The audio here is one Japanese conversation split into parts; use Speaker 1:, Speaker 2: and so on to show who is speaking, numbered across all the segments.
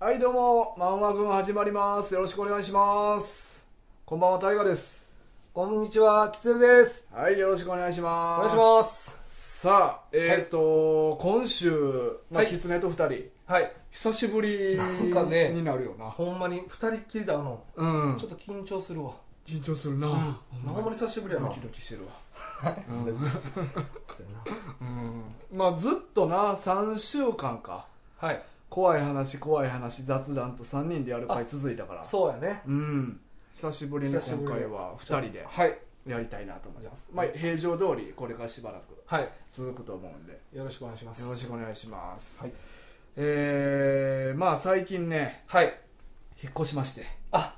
Speaker 1: はいどうもまんま軍始まりますよろしくお願いしますこんばんは大河です
Speaker 2: こんにちは、きつねです。
Speaker 1: はいよろしくお願いし
Speaker 2: お
Speaker 1: ま
Speaker 2: 願い
Speaker 1: す
Speaker 2: します。
Speaker 1: さあえっ、と、今週まあ
Speaker 2: はい
Speaker 1: キツネと二人、
Speaker 2: はい。
Speaker 1: 久しぶり
Speaker 2: なんかね
Speaker 1: になるよな
Speaker 2: ほんまに、二人っきりだの。
Speaker 1: うん
Speaker 2: ちょっと緊張するわ。
Speaker 1: 緊張するな、
Speaker 2: ほんまに久しぶりやな。
Speaker 1: ドキドキしてるわ
Speaker 2: そうやな
Speaker 1: うんまあずっとな3週間か
Speaker 2: はい。
Speaker 1: 怖い話怖い話雑談と3人でやる回続いたから
Speaker 2: そうやね。
Speaker 1: うん久しぶりに今
Speaker 2: 久しぶり
Speaker 1: 回は2人で
Speaker 2: はい。
Speaker 1: やりたいなと思います
Speaker 2: じゃあ
Speaker 1: まあ平常通りこれからしばらく
Speaker 2: はい。
Speaker 1: 続くと思うんでよ
Speaker 2: よろしくお願いします。
Speaker 1: ろしくお願いします、
Speaker 2: はい
Speaker 1: えー、まあ最近ね
Speaker 2: はい。
Speaker 1: 引っ越しまして、
Speaker 2: あ、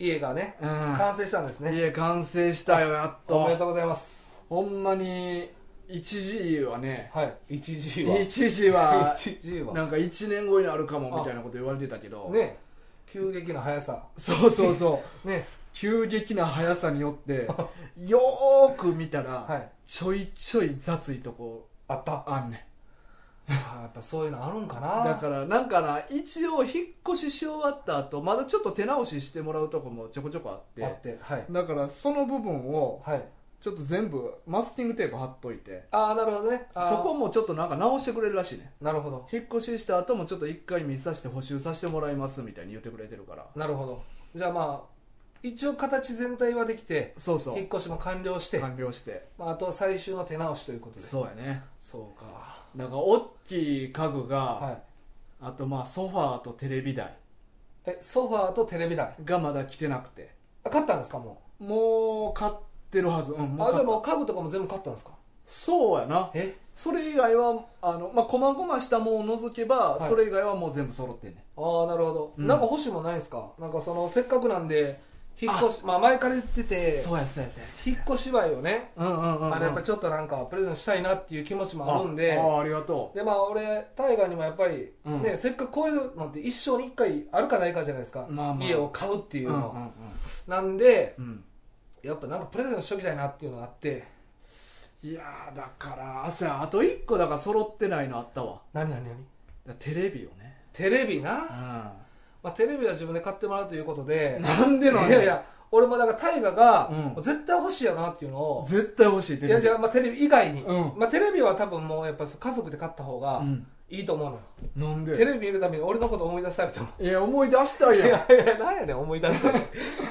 Speaker 2: 家がね、
Speaker 1: う
Speaker 2: 完成したんです
Speaker 1: ん、
Speaker 2: ね。
Speaker 1: 家完成したよやっ
Speaker 2: おめで
Speaker 1: と
Speaker 2: とうございます。
Speaker 1: ほんまに一時はね
Speaker 2: はい。一時は。
Speaker 1: 一時は
Speaker 2: 一時は。
Speaker 1: なんか1年後になるかもみたいなこと言われてたけど、
Speaker 2: ね。急激な速さ。
Speaker 1: そうそうそう
Speaker 2: ね。
Speaker 1: 急激な速さによ ってよーく見たら、
Speaker 2: はい。
Speaker 1: ちょいちょい雑いとこ
Speaker 2: あった。
Speaker 1: あんねん
Speaker 2: あーやっぱそういうのあるんかな。
Speaker 1: だからなんかな一応引っ越しし終わった後まだちょっと手直ししてもらうとこもちょこちょこあって
Speaker 2: あって。はい。
Speaker 1: だからその部分を
Speaker 2: はい。
Speaker 1: ちょっと全部マスキングテープ貼っといて
Speaker 2: ああ、なるほどね。あー
Speaker 1: そこ。もちょっとなんか直してくれるらしいね
Speaker 2: なるほど。
Speaker 1: 引っ越しした後もちょっと一回見させて補修させてもらいますみたいに言ってくれてるから
Speaker 2: なるほどじゃあまあ一応形全体はできて
Speaker 1: そうそ
Speaker 2: 引
Speaker 1: う
Speaker 2: っ越しも完了して、
Speaker 1: 完了して
Speaker 2: まあ、あとは最終の手直しということで
Speaker 1: そうやね
Speaker 2: そうか
Speaker 1: なんか大きい家具が、
Speaker 2: はい
Speaker 1: あとまあソファーとテレビ台
Speaker 2: えソファーとテレビ台
Speaker 1: がまだ来てなくて
Speaker 2: あ買ったんですかも
Speaker 1: もう買ってるはずうん
Speaker 2: う
Speaker 1: も
Speaker 2: あ
Speaker 1: う
Speaker 2: じゃ
Speaker 1: 買
Speaker 2: あ
Speaker 1: っ
Speaker 2: もう家具とかも全部買ったんですか
Speaker 1: そうやな
Speaker 2: え
Speaker 1: それ以外はあのまあ細々したものを除けば、
Speaker 2: はい
Speaker 1: それ以外はもう全部揃ってんね
Speaker 2: ああなるほど、
Speaker 1: うん
Speaker 2: なんか欲しいもんないんですかなんかそのせっかくなんで引っ越しまあ前から言って
Speaker 1: ん
Speaker 2: て
Speaker 1: そうやそうやそうや
Speaker 2: 引っ越し祝いをね、
Speaker 1: うんうんうんうん
Speaker 2: あれやっぱちょっとなんかプレゼントしたいなっていう気持ちもあるんで
Speaker 1: ああありがと
Speaker 2: でまあ俺大河にもやっぱり、
Speaker 1: うん
Speaker 2: ねせっかくこういうのって一生に一回あるかないかじゃないですか、
Speaker 1: まあまあ
Speaker 2: 家を買うって
Speaker 1: う
Speaker 2: いう
Speaker 1: うんうん
Speaker 2: の、
Speaker 1: うん
Speaker 2: なんで
Speaker 1: うん
Speaker 2: やっぱなんかプレゼントしときたいなっていうのがあって
Speaker 1: いやーだからあそうやあと一個だから揃ってないのあったわ
Speaker 2: 何何何
Speaker 1: だからテレビをね
Speaker 2: テレビな、
Speaker 1: う
Speaker 2: まあ、テレビは自分で買ってもらうということで
Speaker 1: んなんでなん
Speaker 2: いやいや俺もだから大河が、
Speaker 1: うん
Speaker 2: 絶対欲しいよなっていうのを
Speaker 1: 絶対欲しいテレ
Speaker 2: いや
Speaker 1: ビ
Speaker 2: じゃあ、まあ、テレビ以外に、
Speaker 1: うん
Speaker 2: まあ、テレビは多分もうやっぱ家族で買った方が
Speaker 1: うん
Speaker 2: いいと思うのよ、
Speaker 1: なんで
Speaker 2: テレビ見るために俺のこと思い出されても
Speaker 1: いや思い出したい
Speaker 2: い
Speaker 1: やん
Speaker 2: やいや、なんやねん、思い出して。い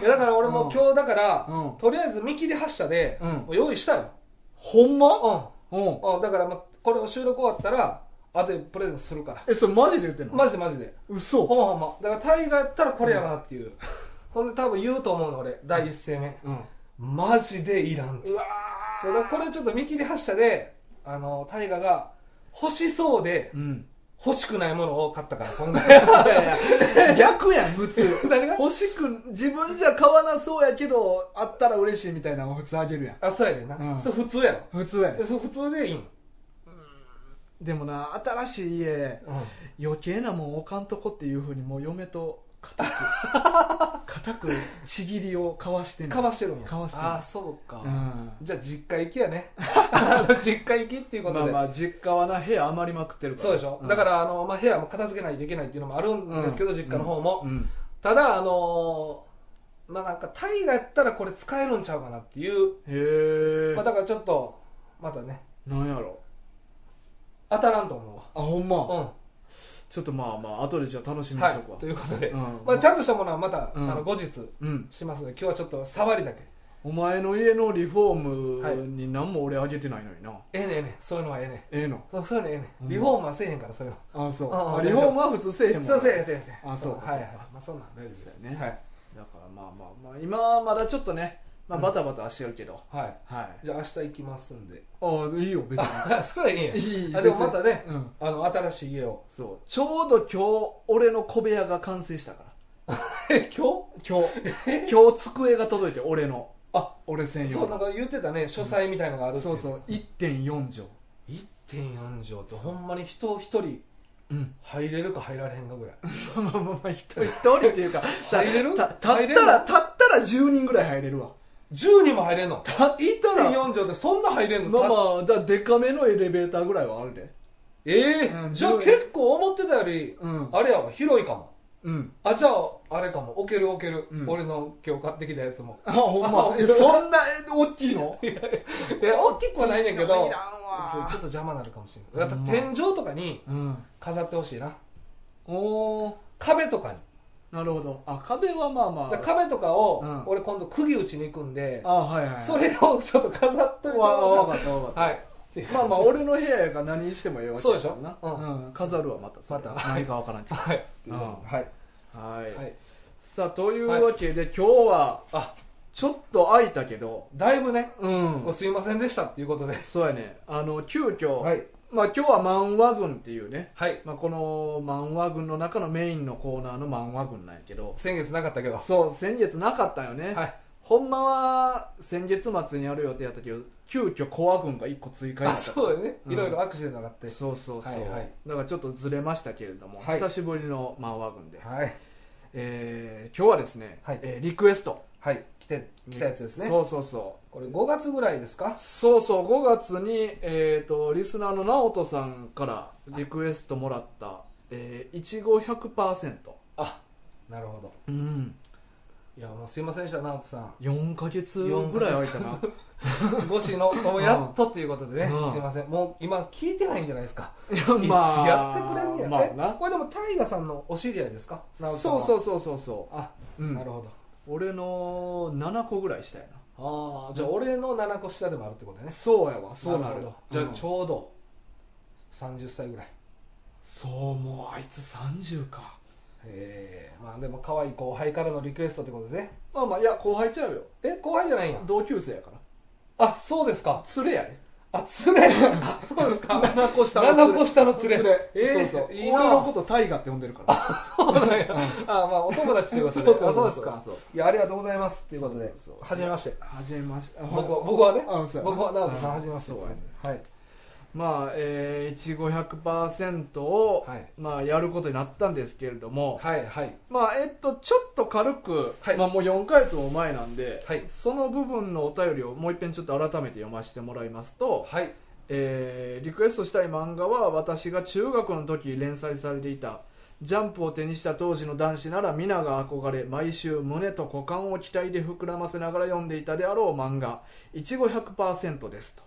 Speaker 2: や、だから俺
Speaker 1: う
Speaker 2: も
Speaker 1: ん
Speaker 2: 今日、だから、
Speaker 1: うん
Speaker 2: とりあえず見切り発車で、
Speaker 1: うん
Speaker 2: もう用意したよ。
Speaker 1: ほんま
Speaker 2: う
Speaker 1: うん
Speaker 2: ん。うん、だから、ま、これを収録終わったら、あとでプレゼントするから。
Speaker 1: えそれマジで言ってんの
Speaker 2: マジでマジで。
Speaker 1: 嘘
Speaker 2: ほんまほんま。だから、タイがやったらこれやなっていう。ほんで、多分言うと思うの、俺。第一声目。
Speaker 1: うん
Speaker 2: マジでいらんって。
Speaker 1: うわ
Speaker 2: それこれちょっと見切り発車で、あの、タイガが、欲しそうで
Speaker 1: ー、うん
Speaker 2: 欲しくないものを買ったから、今 回。
Speaker 1: いやいや逆やん普通
Speaker 2: 何が
Speaker 1: 欲しく自分じゃ買わなそうやけどあったら嬉しいみたいなのを普通あげるやん
Speaker 2: あ、そうやねんな。
Speaker 1: うん
Speaker 2: それ普通やろ。
Speaker 1: 普通やん
Speaker 2: えそれ普通でいいん。
Speaker 1: でもな新しい家
Speaker 2: うん。
Speaker 1: 余計なもん置かんとこっていうふうにもう嫁と固く 固くちぎりを交わしてんの
Speaker 2: かわしてるんや
Speaker 1: かわしてる
Speaker 2: ああそうか、
Speaker 1: うん
Speaker 2: じゃあ実家行き やねあの実家行きっていうこと
Speaker 1: まあ
Speaker 2: で、
Speaker 1: まあ実家はな部屋余りまくってるから
Speaker 2: そうでしょ、
Speaker 1: ん
Speaker 2: だからあの、まあ、部屋も片付けないといけないっていうのもあるんですけど、
Speaker 1: うん
Speaker 2: 実家の方も、
Speaker 1: うん
Speaker 2: ただあのーまあなんかタイがやったらこれ使えるんちゃうかなっていう、
Speaker 1: へえ、
Speaker 2: まあ、だからちょっとまたね
Speaker 1: なんやろ
Speaker 2: 当たらんと思うわ
Speaker 1: あほんま、
Speaker 2: うん
Speaker 1: ちょっとまあまあ後でじゃあ楽しみにし
Speaker 2: は
Speaker 1: とくわ、
Speaker 2: いということで、
Speaker 1: うん
Speaker 2: まあ、ちゃんとしたものはまた、
Speaker 1: うん
Speaker 2: あの後日
Speaker 1: うん
Speaker 2: しますので今日はちょっと触りだけ
Speaker 1: お前の家のリフォームに何も俺あげてないのにな、
Speaker 2: ええねんええねんそういうのはええねん
Speaker 1: ええの
Speaker 2: そうそういうのええね
Speaker 1: うん
Speaker 2: んリフォームはせえへんからそういうの
Speaker 1: あそう
Speaker 2: あ
Speaker 1: あリフォームは普通せえへんもんな
Speaker 2: そうせえへんせえへんせえへん
Speaker 1: あそうか
Speaker 2: はいはい
Speaker 1: そうか
Speaker 2: まあそんなん大丈夫です
Speaker 1: そうやね
Speaker 2: はい
Speaker 1: だからまあまあまあ今はまだちょっとね、まあ、
Speaker 2: うん
Speaker 1: バタバタしてるけど、
Speaker 2: はい。
Speaker 1: はい
Speaker 2: じゃあ明日行きます んで。
Speaker 1: ああいいよ別に
Speaker 2: あ、それ はいいんや
Speaker 1: いい
Speaker 2: あでもまたね、
Speaker 1: うん
Speaker 2: あの、新しい家を。
Speaker 1: そうちょうど今日俺の小部屋が完成したから
Speaker 2: え、今
Speaker 1: 今日 今日机が届いて俺の
Speaker 2: あ
Speaker 1: 俺専
Speaker 2: 日そ
Speaker 1: 用
Speaker 2: う、なん
Speaker 1: の
Speaker 2: か言ってたね、書斎みたいのがあるってい
Speaker 1: そうそう。1.4畳
Speaker 2: 1.4畳ってほんまに人一人
Speaker 1: うん、
Speaker 2: 入れるか入られへんかぐらい。
Speaker 1: まあまあまあまあ一人一人っていうかさ
Speaker 2: 入れる
Speaker 1: た立
Speaker 2: 入
Speaker 1: っ
Speaker 2: れ
Speaker 1: た
Speaker 2: る
Speaker 1: ら立ったら10人ぐらい入れるわ
Speaker 2: 10人も入れんの
Speaker 1: 立ったら
Speaker 2: ?1.4 畳ってそんな入れんの
Speaker 1: まあまあ、だでかめのエレベーターぐらいはあるで。
Speaker 2: ええ
Speaker 1: うん
Speaker 2: じゃあ
Speaker 1: 10
Speaker 2: 結構思ってたより
Speaker 1: う、ん
Speaker 2: あれやわ、広いかも。
Speaker 1: うん
Speaker 2: あじゃああれかも置ける置ける、
Speaker 1: うん
Speaker 2: 俺の今日買ってきたや つも
Speaker 1: あほんま
Speaker 2: あ
Speaker 1: えそんなえ大きいの
Speaker 2: いや大きくはないねんけど
Speaker 1: いらん
Speaker 2: そう
Speaker 1: わ
Speaker 2: ちょっと邪魔になるかもしれない
Speaker 1: ほ
Speaker 2: だか
Speaker 1: んま
Speaker 2: ら天井とかに
Speaker 1: うん
Speaker 2: 飾ってほしいな
Speaker 1: おー
Speaker 2: 壁とかに
Speaker 1: なるほどあ壁はまあま
Speaker 2: だから
Speaker 1: あ
Speaker 2: 壁とかを、
Speaker 1: うん
Speaker 2: 俺今度釘打ちに行くんで
Speaker 1: あはいはい
Speaker 2: それをちょっと飾っといて
Speaker 1: わわ
Speaker 2: も
Speaker 1: かったわかっ
Speaker 2: らはいっていう
Speaker 1: たまあまあ俺の部屋やから何してもええわけ
Speaker 2: そうでしょ
Speaker 1: やから
Speaker 2: う
Speaker 1: な、うん飾るはまたそれ
Speaker 2: また
Speaker 1: 何かわからんけ
Speaker 2: はいっていう
Speaker 1: うん
Speaker 2: はい
Speaker 1: どはい、
Speaker 2: はい
Speaker 1: さあというわけで、今日は
Speaker 2: あ
Speaker 1: ちょっと空いたけど
Speaker 2: だいぶね
Speaker 1: うん
Speaker 2: ごすいませんでしたっていうことで
Speaker 1: そうやねあの急遽、
Speaker 2: はい
Speaker 1: まあ今日は漫画軍っていうね、
Speaker 2: はい
Speaker 1: まあ、この漫画軍の中のメインのコーナーの漫画軍なんやけど
Speaker 2: 先月なかったけどは
Speaker 1: そう先月なかったよね、
Speaker 2: い
Speaker 1: ほんまは先月末にやる予定やったけど急遽コア軍が1個追加にな
Speaker 2: あ
Speaker 1: った
Speaker 2: そうだよね
Speaker 1: うん
Speaker 2: いろいろアクシデントがあって
Speaker 1: そうそうそう、
Speaker 2: はいはい
Speaker 1: だからちょっとずれましたけれども、
Speaker 2: はい
Speaker 1: 久しぶりの漫画軍で、
Speaker 2: はい
Speaker 1: えー今日はですね、
Speaker 2: はい
Speaker 1: えーリクエスト
Speaker 2: はい来て来たやつですね
Speaker 1: そうそうそう
Speaker 2: これ5月ぐらいですか
Speaker 1: そうそう5月に、えー、とリスナーの直人さんからリクエストもらった「えー、いちご100%
Speaker 2: あなるほど」
Speaker 1: うん
Speaker 2: いやもうすいませんでした直人さん
Speaker 1: 4ヶ月ぐらい空い たな
Speaker 2: ごしのもうやっとということでね、
Speaker 1: うん
Speaker 2: すいませんもう今聞いてないんじゃないですか、
Speaker 1: いや
Speaker 2: いつやってくれんねや、
Speaker 1: まあ
Speaker 2: え
Speaker 1: な
Speaker 2: これでも大ガさんのお知り合いですか直人さん
Speaker 1: そうそううそうそうそ
Speaker 2: あ、
Speaker 1: う、うん
Speaker 2: な、るほ
Speaker 1: 俺の7個ぐらいしたよな
Speaker 2: どああじゃあ俺の7個下でもあるってことね
Speaker 1: そうやわそうな
Speaker 2: る
Speaker 1: る
Speaker 2: ほど
Speaker 1: じ
Speaker 2: じ
Speaker 1: ゃ
Speaker 2: ゃ
Speaker 1: あ
Speaker 2: あ
Speaker 1: ち
Speaker 2: ち
Speaker 1: ょ
Speaker 2: ょうど30歳ぐらい
Speaker 1: そうもうあいつ30か
Speaker 2: ええまあでも可愛い後輩からのリクエストってことですね
Speaker 1: まあまあいや後輩ちゃうよ
Speaker 2: え後輩じゃないんや
Speaker 1: 同級生やから
Speaker 2: あそうですか
Speaker 1: 連れやね
Speaker 2: あ 連れあそうですか
Speaker 1: 7個下の連れ
Speaker 2: 7個下の
Speaker 1: 連
Speaker 2: 連れ
Speaker 1: れそうそう
Speaker 2: いい
Speaker 1: 俺の
Speaker 2: な
Speaker 1: ことタイガって呼んでるから
Speaker 2: そうなんや あまあお友達ということであそうですか
Speaker 1: そう
Speaker 2: いやありがとうございますということ
Speaker 1: そ
Speaker 2: で
Speaker 1: うそうそう
Speaker 2: はじめまして
Speaker 1: はじめまして
Speaker 2: 僕は僕はね
Speaker 1: あそうやな
Speaker 2: 僕は直人さんはじめまして
Speaker 1: そうやね
Speaker 2: はい
Speaker 1: まあえーいちご100%を
Speaker 2: はい
Speaker 1: まあやることになったんですけれども
Speaker 2: はいはい
Speaker 1: まあえっとちょっと軽く
Speaker 2: はい
Speaker 1: まあもう4ヶ月も前なんで
Speaker 2: はい
Speaker 1: その部分のお便りをもう一遍ちょっと改めて読ませてもらいますと
Speaker 2: はい
Speaker 1: えーリクエストしたい漫画は私が中学の時連載されていた「ジャンプ」を手にした当時の男子なら皆が憧れ毎週胸と股間を期待で膨らませながら読んでいたであろう漫画「いちご100%」ですと。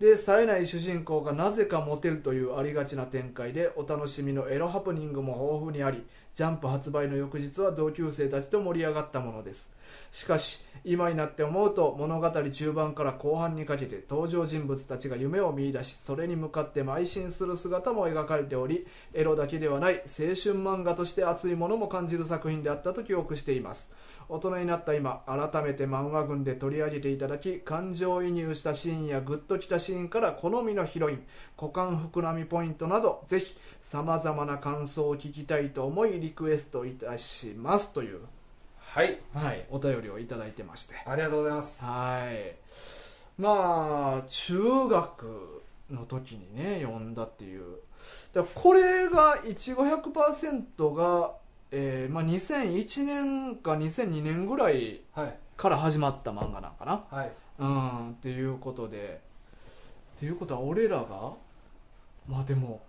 Speaker 1: で冴えない主人公がなぜかモテるというありがちな展開でお楽しみのエロハプニングも豊富にありジャンプ発売の翌日は同級生たちと盛り上がったものですしかし今になって思うと物語中盤から後半にかけて登場人物たちが夢を見出しそれに向かって邁進する姿も描かれておりエロだけではない青春漫画として熱いものも感じる作品であったと記憶しています大人になった今改めて漫画群で取り上げていただき感情移入したシーンやグッときたシーンから好みのヒロイン股間膨らみポイントなどぜひさまざまな感想を聞きたいと思いリクエストいたしますという、
Speaker 2: はい
Speaker 1: はい、お便りをいただいてまして
Speaker 2: ありがとうございます
Speaker 1: はいまあ中学の時にね読んだっていうだからこれがいちご100%が、えーまあ、2001年か2002年ぐらい
Speaker 2: はい
Speaker 1: から始まった漫画なんかな
Speaker 2: はい
Speaker 1: うんっていうことでっていうことは俺らがまあでも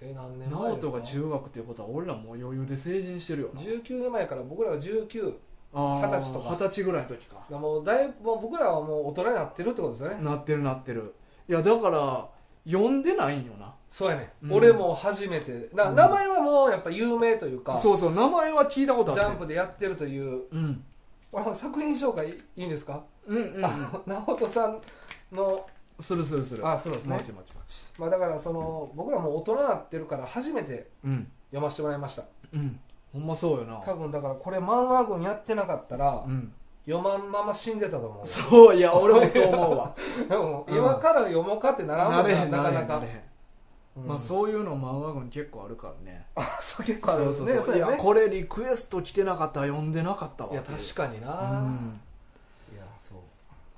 Speaker 2: え何年前
Speaker 1: 直
Speaker 2: で
Speaker 1: 人
Speaker 2: す
Speaker 1: が
Speaker 2: か
Speaker 1: 中学っていうことは俺らもう余裕で成人してるよな
Speaker 2: 19年前から僕らが19
Speaker 1: あー
Speaker 2: 二十歳とか
Speaker 1: 二十歳ぐらいの時か
Speaker 2: だからもうだいぶもう僕らはもう大人になってるってことですよね
Speaker 1: なってるなってるいやだから読んでないんよな
Speaker 2: そうやね、
Speaker 1: うん
Speaker 2: 俺も初めてだ
Speaker 1: うん
Speaker 2: 名前はもうやっぱ有名というか、
Speaker 1: そうそう名前は聞いたことあっ
Speaker 2: ジ
Speaker 1: て
Speaker 2: ャンプでやってるという
Speaker 1: うん
Speaker 2: あの作品紹介いいんですか、
Speaker 1: うんうん
Speaker 2: あの直人さんの
Speaker 1: するするする
Speaker 2: あそうです
Speaker 1: も
Speaker 2: ね
Speaker 1: ちもちもち
Speaker 2: まあ、だからその僕らもう大人になってるから初めて
Speaker 1: うん
Speaker 2: 読ませてもらいました
Speaker 1: うんほんまそうよな
Speaker 2: 多分だからこれ漫画軍やってなかったら、
Speaker 1: うん
Speaker 2: 読まんまま死んでたと思う
Speaker 1: そういや俺もそう思うわ
Speaker 2: でも今から読もうかって ならんも
Speaker 1: なんれへ
Speaker 2: な、
Speaker 1: んな
Speaker 2: なか
Speaker 1: れへ
Speaker 2: なん
Speaker 1: な
Speaker 2: か
Speaker 1: れへん
Speaker 2: うん
Speaker 1: まあそういうの漫画群結構あるからね
Speaker 2: あそう結構ある
Speaker 1: そう
Speaker 2: よね
Speaker 1: そうそう
Speaker 2: そう
Speaker 1: い
Speaker 2: や
Speaker 1: や
Speaker 2: ね
Speaker 1: これリクエスト来てなかったら読んでなかったわ
Speaker 2: いや確
Speaker 1: か
Speaker 2: かにな、
Speaker 1: うん
Speaker 2: いやそう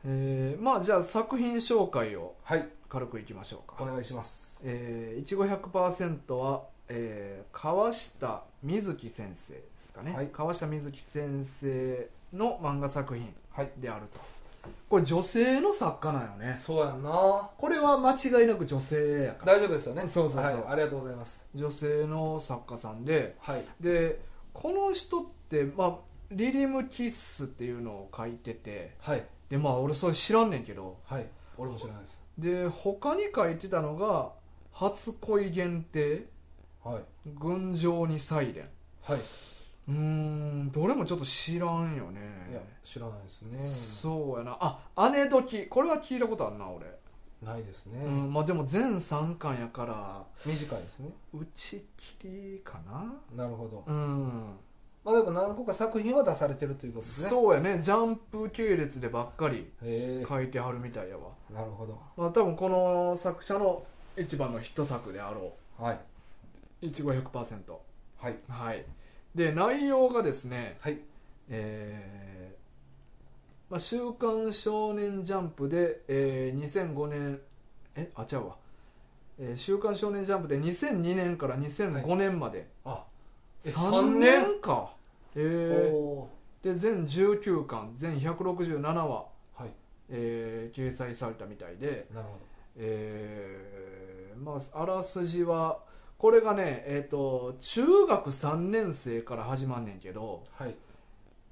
Speaker 1: えーまあじゃあ作品紹介を
Speaker 2: はい
Speaker 1: 軽くいきましょう
Speaker 2: お
Speaker 1: か
Speaker 2: 願いします
Speaker 1: えーいちご100%は、えー川下美月先生ですかね、
Speaker 2: はい
Speaker 1: 川下美月先生の漫画作品
Speaker 2: はい
Speaker 1: であるとこれ女性の作家なんよね
Speaker 2: そうやんな
Speaker 1: これは間違いなく女性やから
Speaker 2: 大丈夫ですよね
Speaker 1: そうそうそう
Speaker 2: はい、ありがとうございます
Speaker 1: 女性の作家さんで
Speaker 2: はい
Speaker 1: でこの人って、まあ、リリム・キッスっていうのを書いてて
Speaker 2: はい
Speaker 1: でまあ俺それ知らんねんけど
Speaker 2: はい俺も知らないです
Speaker 1: で他に書いてたのが「初恋限定」
Speaker 2: はい
Speaker 1: 「群青にサイレン
Speaker 2: はい、」
Speaker 1: うーんどれもちょっと知らんよ
Speaker 2: いや
Speaker 1: ね
Speaker 2: 知らないですね
Speaker 1: そうやなあ姉時これは聞いたことあるな俺、
Speaker 2: ないですね、
Speaker 1: うんまあでも全3巻やから
Speaker 2: 短いですね
Speaker 1: 打ち切りかな
Speaker 2: なるほど、
Speaker 1: うん
Speaker 2: まあでも何個か作品は出されてるということですねう
Speaker 1: そうやねジャンプ系列でばっかり
Speaker 2: へ
Speaker 1: 書いてはるみたいやわ、
Speaker 2: えなるほど
Speaker 1: まあ、多分この作者の一番のヒット作であろ
Speaker 2: はい
Speaker 1: う1500%
Speaker 2: はい
Speaker 1: はいで内容がですね
Speaker 2: はい
Speaker 1: えーまあ、週刊少年ジャンプで、えー2005年えあ違うわ、えー週刊少年ジャンプで2002年から2005年まで、
Speaker 2: あえ
Speaker 1: 三
Speaker 2: 三
Speaker 1: 年かえ
Speaker 2: お
Speaker 1: ーで全19巻全167話、
Speaker 2: ーはい
Speaker 1: えー掲載されたみたいで、
Speaker 2: なるほ
Speaker 1: えーまあ、あらすじはこれがね、えー、と中学3年生から始まんねんけど、
Speaker 2: どはい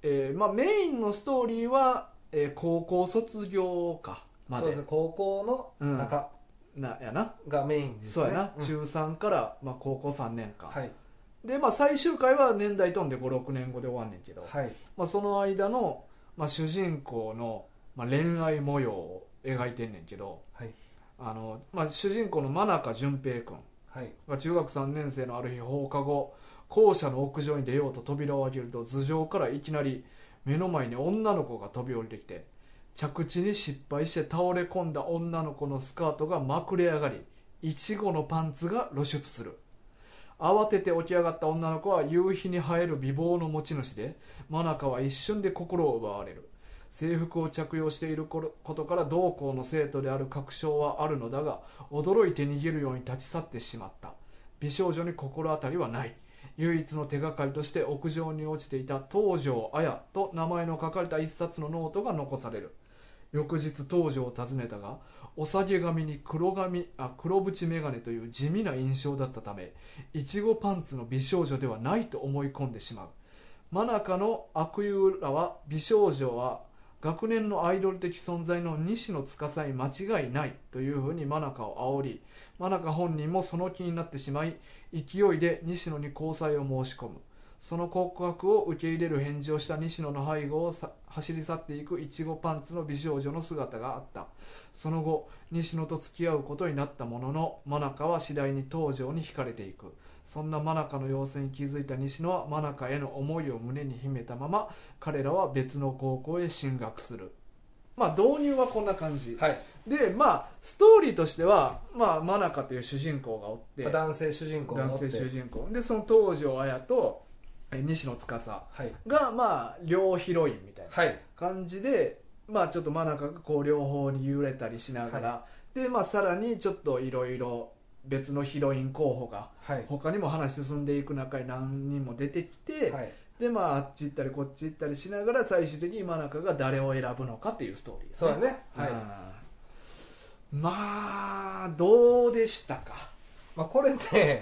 Speaker 1: えーまあ、メインのストーリーは、えー高校卒業かま
Speaker 2: そう
Speaker 1: で
Speaker 2: ですね高校の中
Speaker 1: なやな、
Speaker 2: がメインです
Speaker 1: そ
Speaker 2: ね、
Speaker 1: うやな、
Speaker 2: ん
Speaker 1: 中3から、まあ、高校3年間、
Speaker 2: はい
Speaker 1: で、まあ、最終回は年代飛んで56年後で終わんねんけど、
Speaker 2: はい
Speaker 1: まあ、その間の、まあ、主人公の、まあ、恋愛模様を描いてんねんけど
Speaker 2: はい
Speaker 1: あの、まあ、主人公の真中淳平君
Speaker 2: はい
Speaker 1: が中学3年生のある日放課後校舎の屋上に出ようと扉を開けると頭上からいきなり目の前に女の子が飛び降りてきて着地に失敗して倒れ込んだ女の子のスカートがまくれ上がりいちごのパンツが露出する慌てて起き上がった女の子は夕日に映える美貌の持ち主で真中は一瞬で心を奪われる制服を着用していることから同校の生徒である確証はあるのだが驚いて逃げるように立ち去ってしまった美少女に心当たりはない唯一の手がかりとして屋上に落ちていた東條綾と名前の書かれた一冊のノートが残される翌日東條を訪ねたがお下げ髪に黒髪あ黒縁眼鏡という地味な印象だったためいちごパンツの美少女ではないと思い込んでしまう真中の悪友らは美少女は学年のアイドル的存在の西野司に間違いないというふうに真中を煽り真中本人もその気になってしまい勢いで西野に交際を申し込むその告白を受け入れる返事をした西野の背後をさ走り去っていくいちごパンツの美少女の姿があったその後西野と付き合うことになったものの真中は次第に東條に惹かれていくそんな真中の様子に気づいた西野は真中への思いを胸に秘めたまま彼らは別の高校へ進学するまあ導入はこんな感じ
Speaker 2: はい
Speaker 1: でまあストーリーとしては、まあ、真中という主人公がおって
Speaker 2: 男性主人公がお
Speaker 1: 男
Speaker 2: って
Speaker 1: 性主人公でその東條綾とえ西野司
Speaker 2: はい
Speaker 1: がまあ両ヒロインみたいな
Speaker 2: はい
Speaker 1: 感じでまあちょっと真中がこう両方に揺れたりしながら、でまあさらにちょっといろいろ別のヒロイン候補が
Speaker 2: はい
Speaker 1: 他にも話進んでいく中に何人も出てきて、
Speaker 2: はい
Speaker 1: でまああっち行ったりこっち行ったりしながら最終的に真中が誰を選ぶのかっていうストーリー
Speaker 2: そうだねはい
Speaker 1: はいまあどうでしたか、
Speaker 2: まあこれね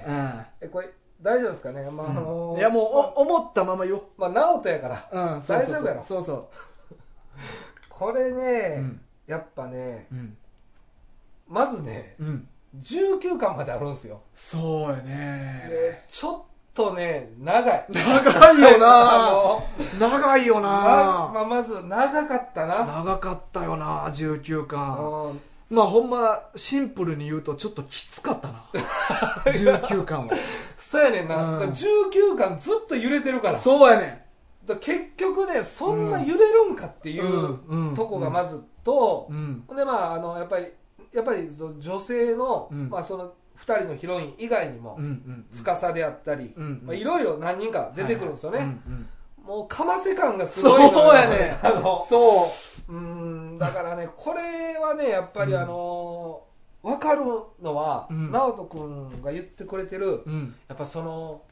Speaker 1: うん
Speaker 2: えこれ大丈夫ですかねまああの
Speaker 1: いやもうお思ったままよ、
Speaker 2: まあ直人やから
Speaker 1: うん、そうそうそう
Speaker 2: 大丈夫やろ
Speaker 1: そうそ
Speaker 2: これ
Speaker 1: うう
Speaker 2: ね
Speaker 1: ん
Speaker 2: やっぱね
Speaker 1: うん
Speaker 2: まずね
Speaker 1: うん
Speaker 2: 19巻まであるんですよ
Speaker 1: そうやね
Speaker 2: でちょっとね長い
Speaker 1: 長いよ
Speaker 2: あ
Speaker 1: な
Speaker 2: の
Speaker 1: 長いよ
Speaker 2: まま
Speaker 1: な
Speaker 2: あまず長かったな
Speaker 1: 長かったよな19巻
Speaker 2: うん
Speaker 1: まあほんまシンプルに言うとちょっときつか ったな19巻は
Speaker 2: そうやねんな、
Speaker 1: うん
Speaker 2: だから19巻ずっと揺れてるから
Speaker 1: そうやね
Speaker 2: だから結局ねそんな揺れるんかっていう、
Speaker 1: うんうん
Speaker 2: とこがまずと
Speaker 1: う、ん
Speaker 2: ほんでまああのやっぱりやっぱりそ女性の,、
Speaker 1: うん
Speaker 2: まあ、その2人のヒロイン以外にも、
Speaker 1: うんうん
Speaker 2: 司であったり、
Speaker 1: うんうん
Speaker 2: まあ、いろいろ何人か出てくるんですよね、
Speaker 1: はいはいうんうん
Speaker 2: もうかませ感がすごいのよ
Speaker 1: そうやね
Speaker 2: あの
Speaker 1: そう
Speaker 2: ーんだか らねこれはねやっぱり
Speaker 1: うん
Speaker 2: あのー分かるのは、
Speaker 1: うん
Speaker 2: 直人君が言ってくれてる、
Speaker 1: ううん
Speaker 2: やっぱその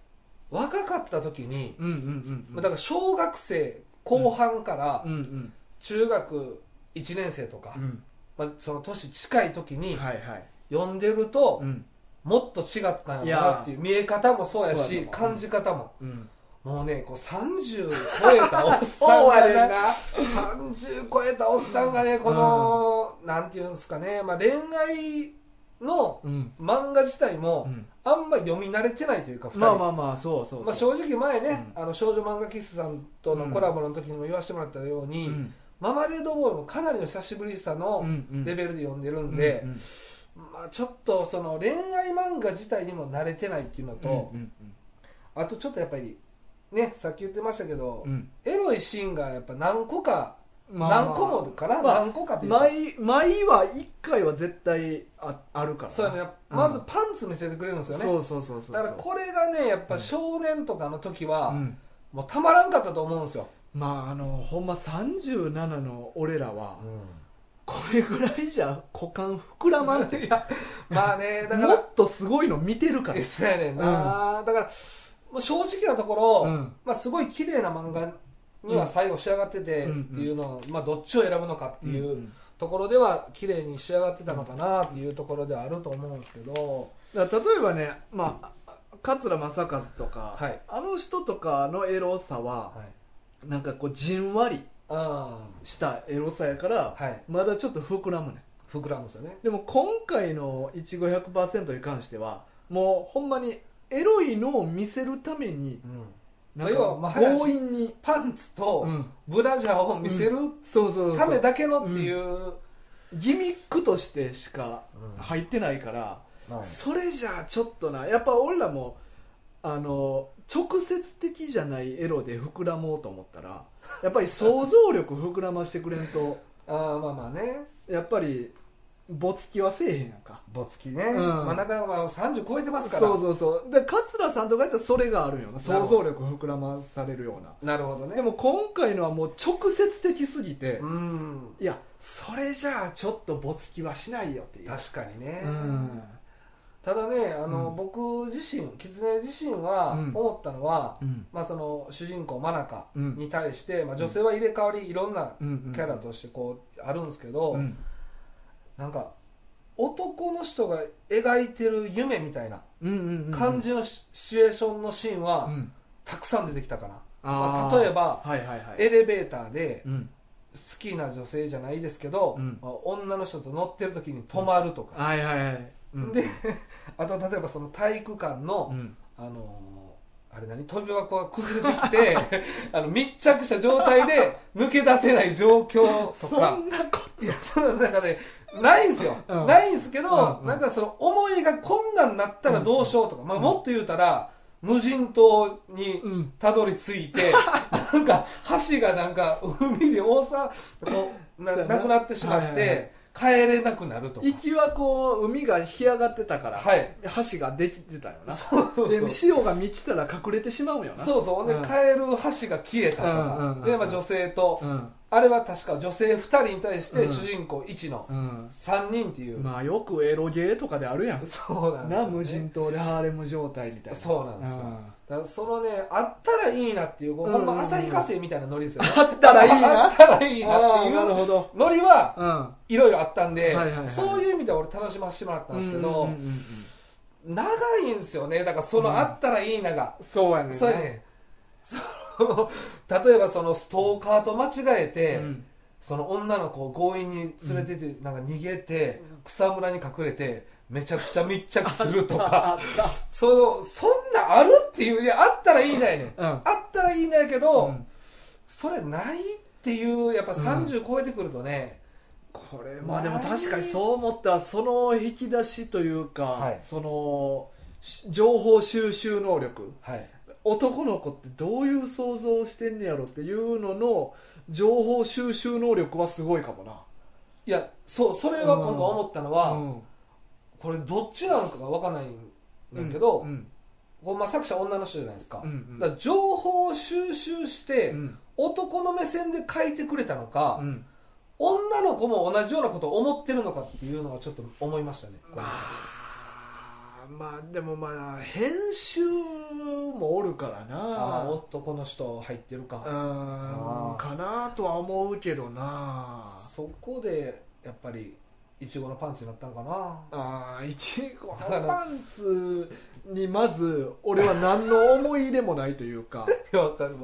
Speaker 2: 若かった時に、
Speaker 1: うんうんうんうん
Speaker 2: まあだから小学生後半から
Speaker 1: うんうん
Speaker 2: 中学1年生とか、
Speaker 1: うん
Speaker 2: まあ、その年近い時に
Speaker 1: はいはい
Speaker 2: 読んでると、
Speaker 1: うん
Speaker 2: もっと違ったんやろなっていう見え方もそうや
Speaker 1: そう
Speaker 2: し
Speaker 1: やと思う
Speaker 2: 感じ方も
Speaker 1: うん
Speaker 2: もうねこう30超えたおっさん
Speaker 1: そうや
Speaker 2: が
Speaker 1: ねん
Speaker 2: ね
Speaker 1: な
Speaker 2: 30超えたおっさんがねこの、なんていうんですかね、まあ、恋愛の
Speaker 1: うん、
Speaker 2: 漫画自体も、
Speaker 1: うん
Speaker 2: あんま読み慣れてないというか2人、
Speaker 1: まあまあまあそうそうそう、
Speaker 2: まあ、正直前ね、
Speaker 1: う
Speaker 2: あの少女漫画喫茶さんとのコラボの時にも言わせてもらったように、
Speaker 1: うん
Speaker 2: ママレードボーイもかなりの久しぶりさの
Speaker 1: うんうん
Speaker 2: レベルで読んでるんで、
Speaker 1: うんうん
Speaker 2: まあ、ちょっとその恋愛漫画自体にも慣れてないっていうのと、
Speaker 1: うんうんうん
Speaker 2: あとちょっとやっぱりねさっき言ってましたけど、
Speaker 1: うん
Speaker 2: エロいシーンがやっぱ何個か、
Speaker 1: まあまあ
Speaker 2: 何個もかな、
Speaker 1: まあ
Speaker 2: 何個かというか、
Speaker 1: 毎毎は1回は絶対ああるからな
Speaker 2: そうやね
Speaker 1: うん
Speaker 2: まずパンツ見せてくれるんですよね、
Speaker 1: そうそうそうそう
Speaker 2: だからこれがねやっぱ少年とかの時は、
Speaker 1: うん
Speaker 2: もうたまらんかったと思うんですよ、
Speaker 1: まああのほんま37の俺らはこれぐらいじゃ股間膨らまんて
Speaker 2: まあねだか
Speaker 1: も
Speaker 2: ら
Speaker 1: っとすごいの見てるから
Speaker 2: えそうやねんな、だからもう正直なところ、
Speaker 1: うん
Speaker 2: まあ、すごい綺麗な漫画には最後仕上がっててっていうのを、まあ、どっちを選ぶのかっていう、
Speaker 1: うん
Speaker 2: ところでは綺麗に仕上がってたのかなっていうところではあると思うんですけど、
Speaker 1: だから例えばね、まあ、桂正和とか、
Speaker 2: はい
Speaker 1: あの人とかのエロさは、
Speaker 2: はい、
Speaker 1: なんかこうじんわり
Speaker 2: あ
Speaker 1: したエロさやから、
Speaker 2: はい
Speaker 1: まだちょっと膨らむね
Speaker 2: ー膨らむんですよね
Speaker 1: でも今回の「いちご100%」に関してはもうほんまにエロいのを見せるためになんか
Speaker 2: 要はまあ
Speaker 1: 強引に、
Speaker 2: パンツと
Speaker 1: うん
Speaker 2: ブラジャーを見せる
Speaker 1: そうそう
Speaker 2: た
Speaker 1: そ
Speaker 2: め
Speaker 1: う
Speaker 2: だけのっていう、
Speaker 1: ギミックとしてしか
Speaker 2: うん
Speaker 1: 入ってないから、
Speaker 2: はい
Speaker 1: それじゃあちょっとなやっぱ俺らもあの直接的じゃないエロで膨らもうと思ったらやっぱり想像力膨らましてくれんと
Speaker 2: あーまあまあね
Speaker 1: やっぱりぼつきはせえへんやんか
Speaker 2: ぼつきね、
Speaker 1: ん
Speaker 2: まあ、なかなかまあ30超えてますから
Speaker 1: そうそうそうで桂さんとかやったらそれがあるんよな想像力膨らまされるような
Speaker 2: なるほどね
Speaker 1: でも今回のはもう直接的すぎて、
Speaker 2: うん
Speaker 1: いやそれじゃあちょっとぼつきはしないよっていう
Speaker 2: 確かにね、
Speaker 1: うん
Speaker 2: ただねあの、
Speaker 1: うん
Speaker 2: 僕自身狐自身は
Speaker 1: うん
Speaker 2: 思ったのは、
Speaker 1: うん
Speaker 2: まあ、その主人公真中
Speaker 1: うん
Speaker 2: に対して、まあ、女性は入れ替わりいろんな
Speaker 1: うんうん
Speaker 2: キャラとしてこうあるんですけど、
Speaker 1: うん
Speaker 2: なんか男の人が描いてる夢みたいな
Speaker 1: うんうんうんうん
Speaker 2: 感じのシシチュエーションのシーンは、
Speaker 1: うん
Speaker 2: たくさん出てきたかな、
Speaker 1: あー
Speaker 2: まあ例えば
Speaker 1: はいはいはい
Speaker 2: エレベーターで
Speaker 1: うん、
Speaker 2: 好きな女性じゃないですけど、
Speaker 1: うん
Speaker 2: まあ女の人と乗ってる時に止まるとか、
Speaker 1: はいはいはい、うん、
Speaker 2: で あと例えばその体育館の、
Speaker 1: うん、
Speaker 2: あのーあれ何扉がこう崩れてきて あの密着した状態で抜け出せない状況と
Speaker 1: そ
Speaker 2: か
Speaker 1: んなこ
Speaker 2: いやそのなんかねないんですよ、
Speaker 1: うん
Speaker 2: ないんですけど、
Speaker 1: うんうん
Speaker 2: なんかその思いがこんなんなったらどうしようとか、まあ、もっと言うたら、無人島に
Speaker 1: と、うん、
Speaker 2: たどり着 いて、なんか橋がなんか海で大さこうな
Speaker 1: そうやな
Speaker 2: なくなってしまって、
Speaker 1: はいはいはい
Speaker 2: 帰れなくなるとか
Speaker 1: 行きはこう海が干上がってたから、
Speaker 2: はい
Speaker 1: 橋ができてたよな
Speaker 2: そうそうそう
Speaker 1: で潮が満ちたら隠れてしまうよな
Speaker 2: そうそうほんで、
Speaker 1: ん
Speaker 2: 帰る橋が消えたとか、
Speaker 1: うんうんうん
Speaker 2: で、まあ、女性と、
Speaker 1: うん
Speaker 2: あれは確か女性2人に対し
Speaker 1: う
Speaker 2: て
Speaker 1: ん
Speaker 2: 主人公1の
Speaker 1: うん
Speaker 2: 3人っていう、
Speaker 1: まあよくエロゲーとかであるやん
Speaker 2: そうなんですよ、
Speaker 1: な無人島でハーレム状態みたいな
Speaker 2: そうなんですよだからそのねあったらいいなっていうこう
Speaker 1: うんう
Speaker 2: ほ
Speaker 1: んうんん
Speaker 2: ま旭化成みたいなノリですよね
Speaker 1: あったらいいな
Speaker 2: あったらいいな
Speaker 1: あ
Speaker 2: って
Speaker 1: あ
Speaker 2: い
Speaker 1: なる
Speaker 2: う
Speaker 1: ほど
Speaker 2: ノリは
Speaker 1: うん
Speaker 2: いろいろあったんで、
Speaker 1: はいはいはい
Speaker 2: そういう意味では俺楽しませてもらったんですけど、
Speaker 1: うんうんうんうん
Speaker 2: 長いんですよねだからそのあったらいいなが、
Speaker 1: そうやねんな
Speaker 2: そうやねその 例えばそのストーカーと間違えて、
Speaker 1: うん
Speaker 2: その女の子を強引に連れてて、なんか逃げて草むらに隠れてめちゃくちゃ密着するとか
Speaker 1: あった
Speaker 2: そのそんなあるっていういやあったらいいなやねん、
Speaker 1: うん
Speaker 2: あったらいいなやけど、
Speaker 1: うん
Speaker 2: それないっていうやっぱ30超えてくるとね、
Speaker 1: これまあでも確かにそう思ったその引き出しというか、
Speaker 2: はい
Speaker 1: そのし情報収集能力
Speaker 2: はい
Speaker 1: 男の子ってどういう想像をしてんねやろっていうのの情報収集能力はすごいかもない
Speaker 2: やそうそれは今度思ったのは、
Speaker 1: うん
Speaker 2: これどっちなのかが分かんないんだけど、
Speaker 1: うん
Speaker 2: こうまあ、作者女の人じゃないですか,、
Speaker 1: うんうん
Speaker 2: だから情報を収集して、
Speaker 1: うん
Speaker 2: 男の目線で書いてくれたのか、
Speaker 1: うん
Speaker 2: 女の子も同じようなことを思ってるのかっていうのはちょっと思いましたね、
Speaker 1: まあまあでもまあ編集もおるから
Speaker 2: あまあ
Speaker 1: な
Speaker 2: 男の人入ってる
Speaker 1: う
Speaker 2: か、
Speaker 1: ん
Speaker 2: あー
Speaker 1: かなとは思うけどな
Speaker 2: そこでやっぱりいちごのパンツになったのかな
Speaker 1: ああいちごの
Speaker 2: だから
Speaker 1: パンツにまず俺は何の思い入れもないというか
Speaker 2: いやわかる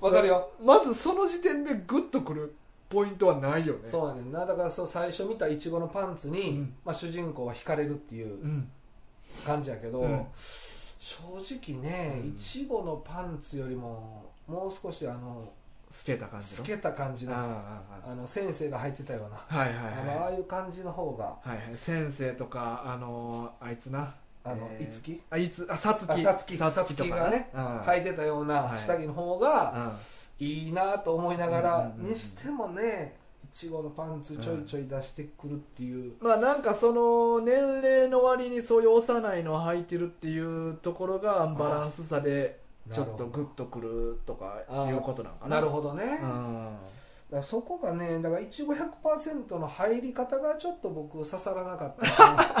Speaker 2: わわかるよ、
Speaker 1: まずその時点でグッとくるポイントはないよね
Speaker 2: そうやねんなだからそう最初見たいちごのパンツに、
Speaker 1: うん
Speaker 2: まあ、主人公は惹かれるっていう
Speaker 1: うん
Speaker 2: 感じやけど、
Speaker 1: うん
Speaker 2: 正直ね
Speaker 1: うん
Speaker 2: いちごのパンツよりももう少しあの
Speaker 1: 透けた感じ
Speaker 2: 透
Speaker 1: の
Speaker 2: けた感じ
Speaker 1: あ
Speaker 2: のあ
Speaker 1: ああ
Speaker 2: の先生が入ってたような、
Speaker 1: あはいはい
Speaker 2: あ
Speaker 1: はい
Speaker 2: のああいう感じの方が
Speaker 1: はいはい、先生とか、あのーあいつな、
Speaker 2: あの、
Speaker 1: えー
Speaker 2: いつき
Speaker 1: あいつ、あ、さつき、
Speaker 2: あさつき
Speaker 1: とかね、
Speaker 2: 履いてたよう
Speaker 1: は
Speaker 2: ない下着の方が
Speaker 1: うん
Speaker 2: いいなと思いながら、
Speaker 1: うんうんうん
Speaker 2: にしてもねいちごのパンツちょいちょい出してくるっていう、
Speaker 1: まあなんかその年齢の割にそういう幼いのを履いてるっていうところがアンバランスさでちょっとグッとくるとかいうことなんかな
Speaker 2: なる
Speaker 1: ど
Speaker 2: ほどね、
Speaker 1: うん
Speaker 2: だからそこがねだからいちご100%の入り方がちょっと僕刺さらなかっ た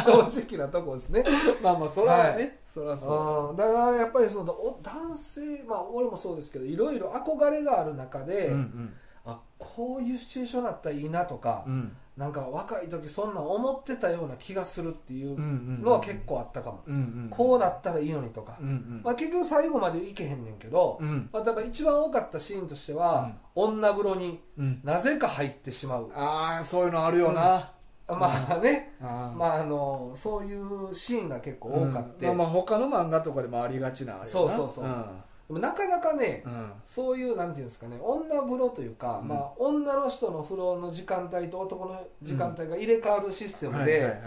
Speaker 2: 正直なとこですね
Speaker 1: まあまあそら
Speaker 2: は
Speaker 1: ねそらそ
Speaker 2: うんだからやっぱりそのお男性まあ俺もそうですけどいろいろ憧れがある中
Speaker 1: う
Speaker 2: で、
Speaker 1: うん
Speaker 2: あこういうシチュエーションだったらいいなとか、
Speaker 1: うんうん
Speaker 2: なんか若い時そんなん思ってたような気がするっていう
Speaker 1: うんうん
Speaker 2: のは結構あったかも、
Speaker 1: うんうん
Speaker 2: こうなったらいいのにとか、
Speaker 1: うんうん
Speaker 2: まあ、結局最後までいけへんねんけど、
Speaker 1: うん
Speaker 2: まあ、だから一番多かったシーンとしては、女風呂に
Speaker 1: うん
Speaker 2: なぜか入ってしまう
Speaker 1: ああそういうのあるよな
Speaker 2: まあね、
Speaker 1: あー
Speaker 2: まああのそういうシーンが結構多かって、
Speaker 1: うんまあ、まあ他の漫画とかでもありがちなあれよな
Speaker 2: そうそうそう
Speaker 1: うん
Speaker 2: でもなかなかね、
Speaker 1: うん
Speaker 2: そういうなんていうんですかね女風呂というか、
Speaker 1: うん
Speaker 2: まあ、女の人の風呂の時間帯と男の時間帯が入れ替わるシステムで、
Speaker 1: はいはいはい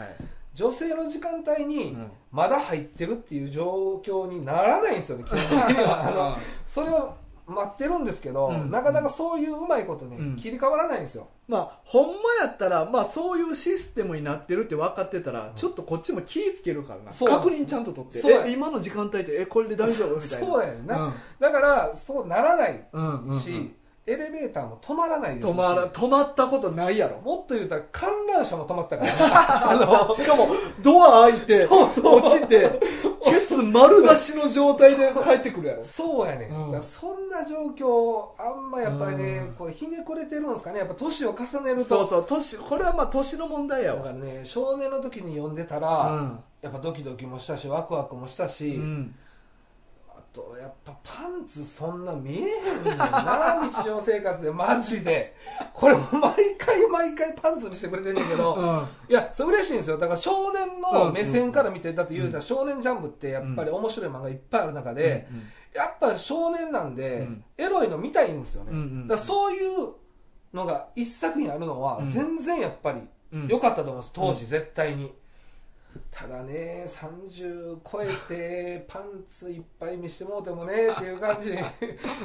Speaker 2: 女性の時間帯に
Speaker 1: うん
Speaker 2: まだ入ってるっていう状況にならないんですよね基本的に は あのそれを待ってるんですけど、
Speaker 1: うん
Speaker 2: なかなかそういううまいことね、
Speaker 1: うん
Speaker 2: 切り替わらないんですよ
Speaker 1: まあほんまやったら、まあ、そういうシステムになってるって分かってたら、ちょっとこっちも気ぃつけるからな
Speaker 2: そう
Speaker 1: 確認ちゃんと取って
Speaker 2: そうや
Speaker 1: え今の時間帯ってえこれで大丈夫みたいな
Speaker 2: そうやねんな、だからそうならない
Speaker 1: うんうんうんうん
Speaker 2: し、エレベーターも止まらないですし
Speaker 1: 止まら止まったことないやろ
Speaker 2: もっと言うたら観覧車も止まったから、ね、 あの
Speaker 1: しかもドア開いて
Speaker 2: そうそう
Speaker 1: 落ちてケツ丸出しの状態で帰ってくるやろ
Speaker 2: そうやね、
Speaker 1: うん
Speaker 2: だからそんな状況あんまやっぱりね、
Speaker 1: うん
Speaker 2: こうひねくれてるんですかねやっぱ年を重ねる
Speaker 1: そ
Speaker 2: と
Speaker 1: うそう年これはまあ年の問題や
Speaker 2: だか
Speaker 1: わ
Speaker 2: らね少年の時に読んでたら、やっぱドキドキもしたしワクワクもしたし、
Speaker 1: うんうん
Speaker 2: あとやっぱパンツそんな見えへんねんな 日常生活でマジでこれも毎回毎回パンツ見せてくれてんねんけど、
Speaker 1: うん
Speaker 2: いや、それ嬉しいんですよ。だから少年の目線から見て、だって言うたら少年ジャンプってやっぱり面白い漫画いっぱいある中で、やっぱ少年なん
Speaker 1: う
Speaker 2: で
Speaker 1: ん、
Speaker 2: エロいの見たいんですよ
Speaker 1: うんうんう
Speaker 2: ね。
Speaker 1: ん
Speaker 2: だからそういうのが一作品あるのは
Speaker 1: う、ん
Speaker 2: 全然やっぱり
Speaker 1: うん
Speaker 2: 良かったと思います、当時絶対に。ただね、30超えて、 パンツいっぱい見してもうてもね、ってい う感じ。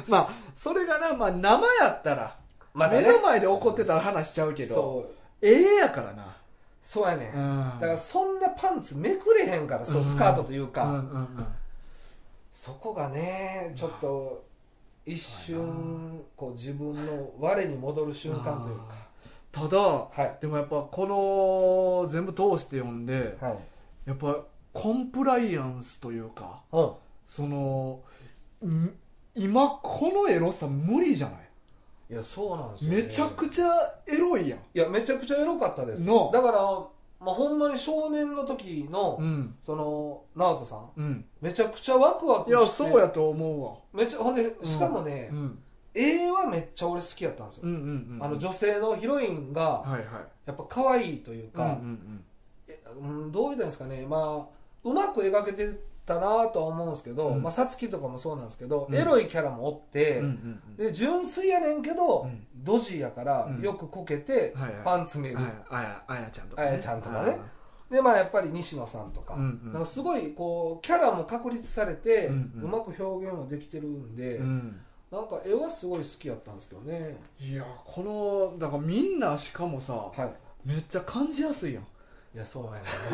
Speaker 1: まあそれがな、まあ、生やったら、
Speaker 2: まだ
Speaker 1: 目
Speaker 2: ね。
Speaker 1: の前で怒ってたら話しちゃうけど
Speaker 2: そう。
Speaker 1: ええやからな、
Speaker 2: そうやね。
Speaker 1: うん、
Speaker 2: だからそんなパンツめくれへんから、そう、スカートというか。
Speaker 1: うんうんうん
Speaker 2: そこがねちょっと一瞬こう自分の我に戻る瞬間というか
Speaker 1: ただ
Speaker 2: はい
Speaker 1: でもやっぱこの全部通して読んで
Speaker 2: はい
Speaker 1: やっぱコンプライアンスというか
Speaker 2: うん
Speaker 1: そのん今このエロさ無理じゃない
Speaker 2: いやそうなんですよ、ね、
Speaker 1: めちゃくちゃエロいやん
Speaker 2: いやめちゃくちゃエロかったです
Speaker 1: の
Speaker 2: だから、まあ、ほんまに少年の時の、
Speaker 1: うん
Speaker 2: その直人さん
Speaker 1: うん
Speaker 2: めちゃくちゃワクワク
Speaker 1: い
Speaker 2: して
Speaker 1: やそうやと思うわ
Speaker 2: めちゃほんでしかもね、
Speaker 1: うん
Speaker 2: 絵はめっちゃ俺好きやったんですよ、
Speaker 1: うんうんうん
Speaker 2: あの女性のヒロインが
Speaker 1: はいはい
Speaker 2: やっぱ可愛いという
Speaker 1: う
Speaker 2: か、
Speaker 1: ん
Speaker 2: えうん、どういうんですかね、まあ、うまく描けてたなとは思うんですけど、
Speaker 1: うん
Speaker 2: まあ、さつきとかもそうなんですけど、
Speaker 1: うん
Speaker 2: エロいキャラもおって、
Speaker 1: うんうんうんうん
Speaker 2: で純粋やねんけど、
Speaker 1: うん
Speaker 2: ドジやから、
Speaker 1: うん
Speaker 2: よくこけて、
Speaker 1: はいはい
Speaker 2: パンツ見える、
Speaker 1: はいあやあやちゃんと
Speaker 2: あやちゃんとかねでまあやっぱり西野さんとか,、
Speaker 1: うんうん
Speaker 2: なんかすごいこうキャラも確立されて、
Speaker 1: う
Speaker 2: うん
Speaker 1: うん
Speaker 2: まく表現もできてるんで、
Speaker 1: あーうん
Speaker 2: なんか絵はすごい好きやったんですけどね、
Speaker 1: いやこのだからみんなしかもさ
Speaker 2: はい
Speaker 1: めっちゃ感じやすいやん
Speaker 2: いやそう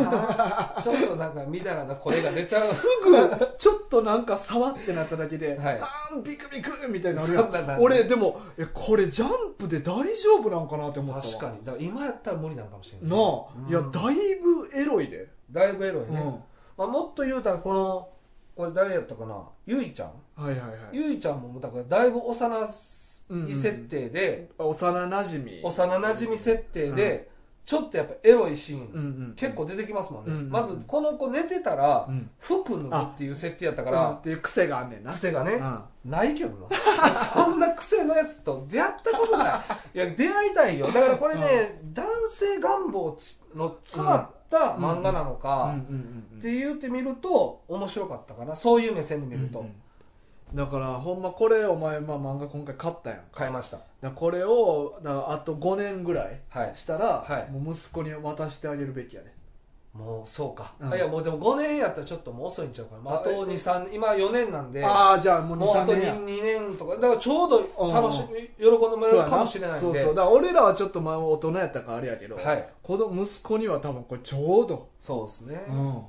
Speaker 2: やねんな ちょっとなんかみだらな声が出 ちゃう
Speaker 1: すぐちょっとなんか触ってなっただけで、
Speaker 2: はい
Speaker 1: あービクビクみたいになるやん
Speaker 2: そんなんなんね
Speaker 1: 俺でもえこれジャンプで大丈夫なんかなって思ったわ
Speaker 2: 確かにだから今やったら無理なんかもしれない
Speaker 1: なあ、
Speaker 2: うん
Speaker 1: いやだいぶエロいで、
Speaker 2: だいぶエロいね、
Speaker 1: うん
Speaker 2: まあ、もっと言うたらこのこれ誰やったかなゆいちゃん、
Speaker 1: はいはいはい
Speaker 2: ゆいちゃんももうだからだいぶ幼
Speaker 1: うんうんうん
Speaker 2: い設定で、
Speaker 1: 幼なじみ
Speaker 2: 幼なじみ設定で、ちょっとやっぱエロいシーン、
Speaker 1: うんうん
Speaker 2: 結構出てきますもんね、
Speaker 1: うんうんうん
Speaker 2: まずこの子寝てたら、
Speaker 1: うん
Speaker 2: 服脱ぐっていう設定やったか
Speaker 1: うんっ
Speaker 2: ら、
Speaker 1: ていう癖があんねんな
Speaker 2: 癖がね、
Speaker 1: うん
Speaker 2: ない けどなそんな癖のやつと出会ったこ とないいや出会いたいよだからこれね、男性願望つの詰まった漫画なのか、
Speaker 1: うんうんうんうん
Speaker 2: って言ってみると面白かったかなそういう目線で見ると、
Speaker 1: うんうんだからほんまこれお前、まあ、漫画今回買ったやんだか
Speaker 2: 変えました
Speaker 1: らこれをだからあと5年ぐらい
Speaker 2: はい
Speaker 1: したら、
Speaker 2: はい
Speaker 1: もう息子に渡してあげるべきやね
Speaker 2: もうそうか、
Speaker 1: うん
Speaker 2: あいやもうでも5年やったらちょっともう遅いんちゃうかな、まあ、あと
Speaker 1: あ
Speaker 2: 23今4年なんで
Speaker 1: ああじゃあもう
Speaker 2: もうあ
Speaker 1: 23
Speaker 2: と
Speaker 1: 年や
Speaker 2: 2, 年とかだからちょうど楽し
Speaker 1: う
Speaker 2: み喜んでもら
Speaker 1: そ
Speaker 2: え
Speaker 1: う
Speaker 2: る
Speaker 1: や
Speaker 2: かもしれないんで
Speaker 1: そうそうだから俺らはちょっとまあ大人やったからあれやけど、
Speaker 2: はい
Speaker 1: 子供息子には多分これちょうど、
Speaker 2: そうですね、
Speaker 1: うん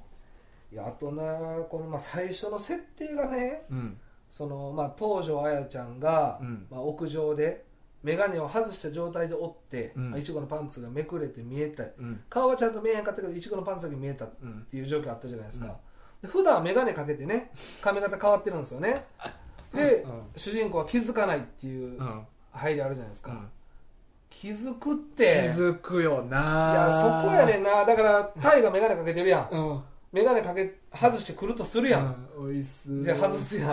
Speaker 2: いやあとなこのまあ最初の設定がね
Speaker 1: うん
Speaker 2: そのまあ東條綾ちゃんが、
Speaker 1: うん
Speaker 2: まあ、屋上で眼鏡を外した状態でおって、
Speaker 1: うん
Speaker 2: まあいちごのパンツがめくれて見えた
Speaker 1: うん
Speaker 2: 顔はちゃんと見えへんかったけどいちごのパンツだけ見えた
Speaker 1: うん
Speaker 2: っていう状況あったじゃないですか、
Speaker 1: うん
Speaker 2: で普段は眼鏡かけてね髪型変わってるんですよねで、
Speaker 1: うん
Speaker 2: 主人公は気づかないっていう
Speaker 1: うんうん
Speaker 2: 入りあるじゃないですか、気づくっ
Speaker 1: 気
Speaker 2: て
Speaker 1: づくよ
Speaker 2: い
Speaker 1: な
Speaker 2: やそこやねんなだからタイが眼鏡かけてるやん
Speaker 1: うん
Speaker 2: 眼鏡かけ外してくるとするやん、
Speaker 1: うんおいす
Speaker 2: で外すやん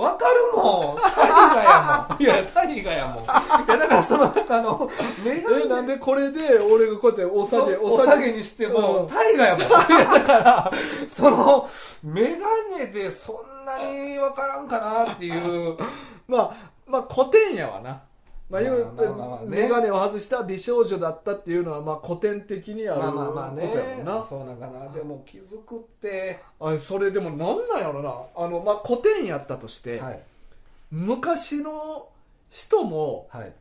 Speaker 2: わかるもんタイガや もんいやタイガやもんいやだからそのなんかあの眼鏡
Speaker 1: えなんでこれで俺がこうやってお
Speaker 2: そ
Speaker 1: さ
Speaker 2: う
Speaker 1: げ
Speaker 2: お下げにして
Speaker 1: う
Speaker 2: も
Speaker 1: ん
Speaker 2: 大河やもんいやだからその眼鏡でそんなに分からんかなっていう
Speaker 1: まあまあ古典やわなまあ言う
Speaker 2: まあまあまあね
Speaker 1: 眼鏡を外した美少女だったっていうのはまあ古典的にある
Speaker 2: まあ
Speaker 1: こと
Speaker 2: まあまあね
Speaker 1: やもんな
Speaker 2: そうなんかなでも気づくって、
Speaker 1: あそれでもなんなんやろなあのまあ古典やったとして、
Speaker 2: はい
Speaker 1: 昔の人も
Speaker 2: はい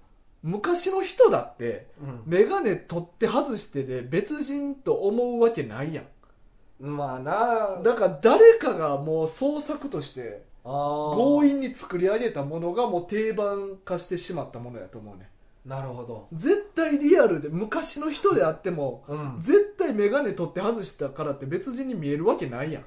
Speaker 1: 昔の人だって
Speaker 2: う
Speaker 1: 眼鏡取って外してで別人と思うわけないやん
Speaker 2: ん、まあな
Speaker 1: だから誰かがもう創作として強
Speaker 2: 強
Speaker 1: 引に作り上げたものがもう定番化してしまったものやと思うね
Speaker 2: なるほど、
Speaker 1: 絶対リアルで昔の人であっても
Speaker 2: うん、
Speaker 1: 絶対眼鏡取って外したからって別人に見えるわけないやん、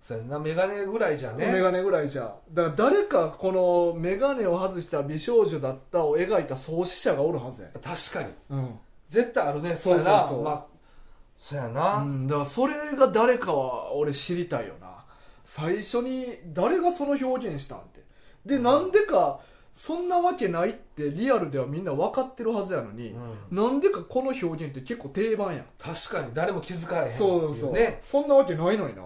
Speaker 2: そんな眼鏡ぐらいじゃ
Speaker 1: 眼
Speaker 2: ね
Speaker 1: 鏡ぐらいじゃだから誰かこの眼鏡を外した美少女だったを描いた創始者がおるはずや、
Speaker 2: 確かに
Speaker 1: うん
Speaker 2: 絶対あるねそうやな
Speaker 1: そうそうそう
Speaker 2: まあ、そうやな、
Speaker 1: うん、だからそれが誰かは俺知りたいよな最初に誰がその表現したんってで、なんでかそんなわけないってリアルではみんな分かってるはずやのに、
Speaker 2: うん
Speaker 1: なんでかこの表現って結構定番やん、
Speaker 2: 確かに誰も気づかれへんってい
Speaker 1: そうそう
Speaker 2: ね
Speaker 1: そんなわけないのにな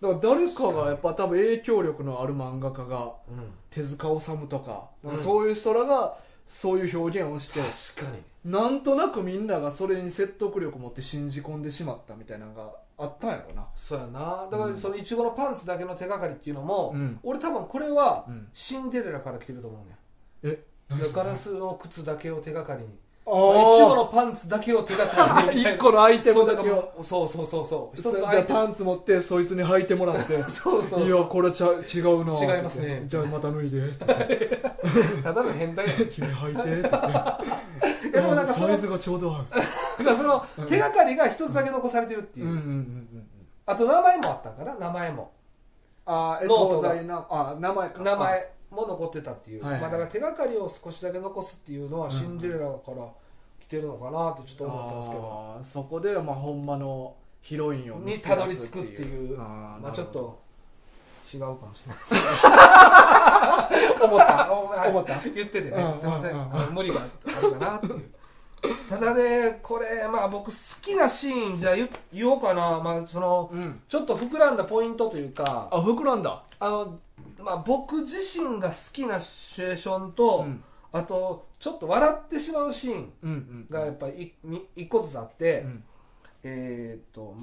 Speaker 1: だから誰かがやっぱ多分影響力のある漫画家が
Speaker 2: うん
Speaker 1: 手塚治虫とか,、
Speaker 2: うん
Speaker 1: そういう人らがそういう表現をして
Speaker 2: 確かに
Speaker 1: なんとなくみんながそれに説得力持って信じ込んでしまったみたいなのがあったんやろな
Speaker 2: そうやなだからそのいちごのパンツだけの手がかりっていうのも、
Speaker 1: うん
Speaker 2: 俺多分これは
Speaker 1: うん
Speaker 2: シンデレラから来てると思うね、
Speaker 1: え
Speaker 2: ん、ガラスの靴だけを手がかりにい
Speaker 1: あ
Speaker 2: ちご
Speaker 1: ー
Speaker 2: のパンツだけを手がかりに
Speaker 1: 一個のアイテ
Speaker 2: そう
Speaker 1: ム
Speaker 2: だ
Speaker 1: だ
Speaker 2: け
Speaker 1: けを
Speaker 2: をそうそうそうそう一
Speaker 1: じ
Speaker 2: つ
Speaker 1: ゃ
Speaker 2: ア
Speaker 1: あ
Speaker 2: イテム
Speaker 1: パンツ持ってそいつに履いてもらって
Speaker 2: そうそう
Speaker 1: いやこれはちゃ違うな
Speaker 2: 違いますね
Speaker 1: じゃあまた脱いでって言って
Speaker 2: ただの変態や
Speaker 1: 君履いてって言って
Speaker 2: でもなんか
Speaker 1: うん
Speaker 2: その
Speaker 1: サイズがちょうど合う
Speaker 2: だからその手がかりが一つだけ残されてるっていう、
Speaker 1: うんうんうんうん
Speaker 2: あと名前もあったんかな名前も
Speaker 1: あーえ
Speaker 2: ノート
Speaker 1: 東
Speaker 2: が
Speaker 1: 西なあ名前か
Speaker 2: 名前も残ってたっていう、
Speaker 1: はいはい
Speaker 2: まあ、だから手がかりを少しだけ残すっていうのはシンデレラから来てるのかなってちょっと思ったんですけど、
Speaker 1: あーそこでまあほんまのヒロインを見
Speaker 2: に
Speaker 1: つけ出
Speaker 2: たどり
Speaker 1: す
Speaker 2: 着くっていう
Speaker 1: あー
Speaker 2: まあ
Speaker 1: な
Speaker 2: ち
Speaker 1: る
Speaker 2: ょっ
Speaker 1: ほど
Speaker 2: と違うかもしれないです 思 った
Speaker 1: 思った
Speaker 2: 言っててね
Speaker 1: うん
Speaker 2: すいません
Speaker 1: うんうん
Speaker 2: あの無理があるかなっていうただねこれまあ僕好きなシーンじゃあ言言おうかなまあその
Speaker 1: うん
Speaker 2: ちょっと膨らんだポイントというか
Speaker 1: あ膨らんだ
Speaker 2: あのまあ僕自身が好きなシチュエーションと
Speaker 1: うん
Speaker 2: あとちょっと笑ってしまうシーン
Speaker 1: うんうん
Speaker 2: がやっぱりいに一個ずつあって、
Speaker 1: うん
Speaker 2: えーっと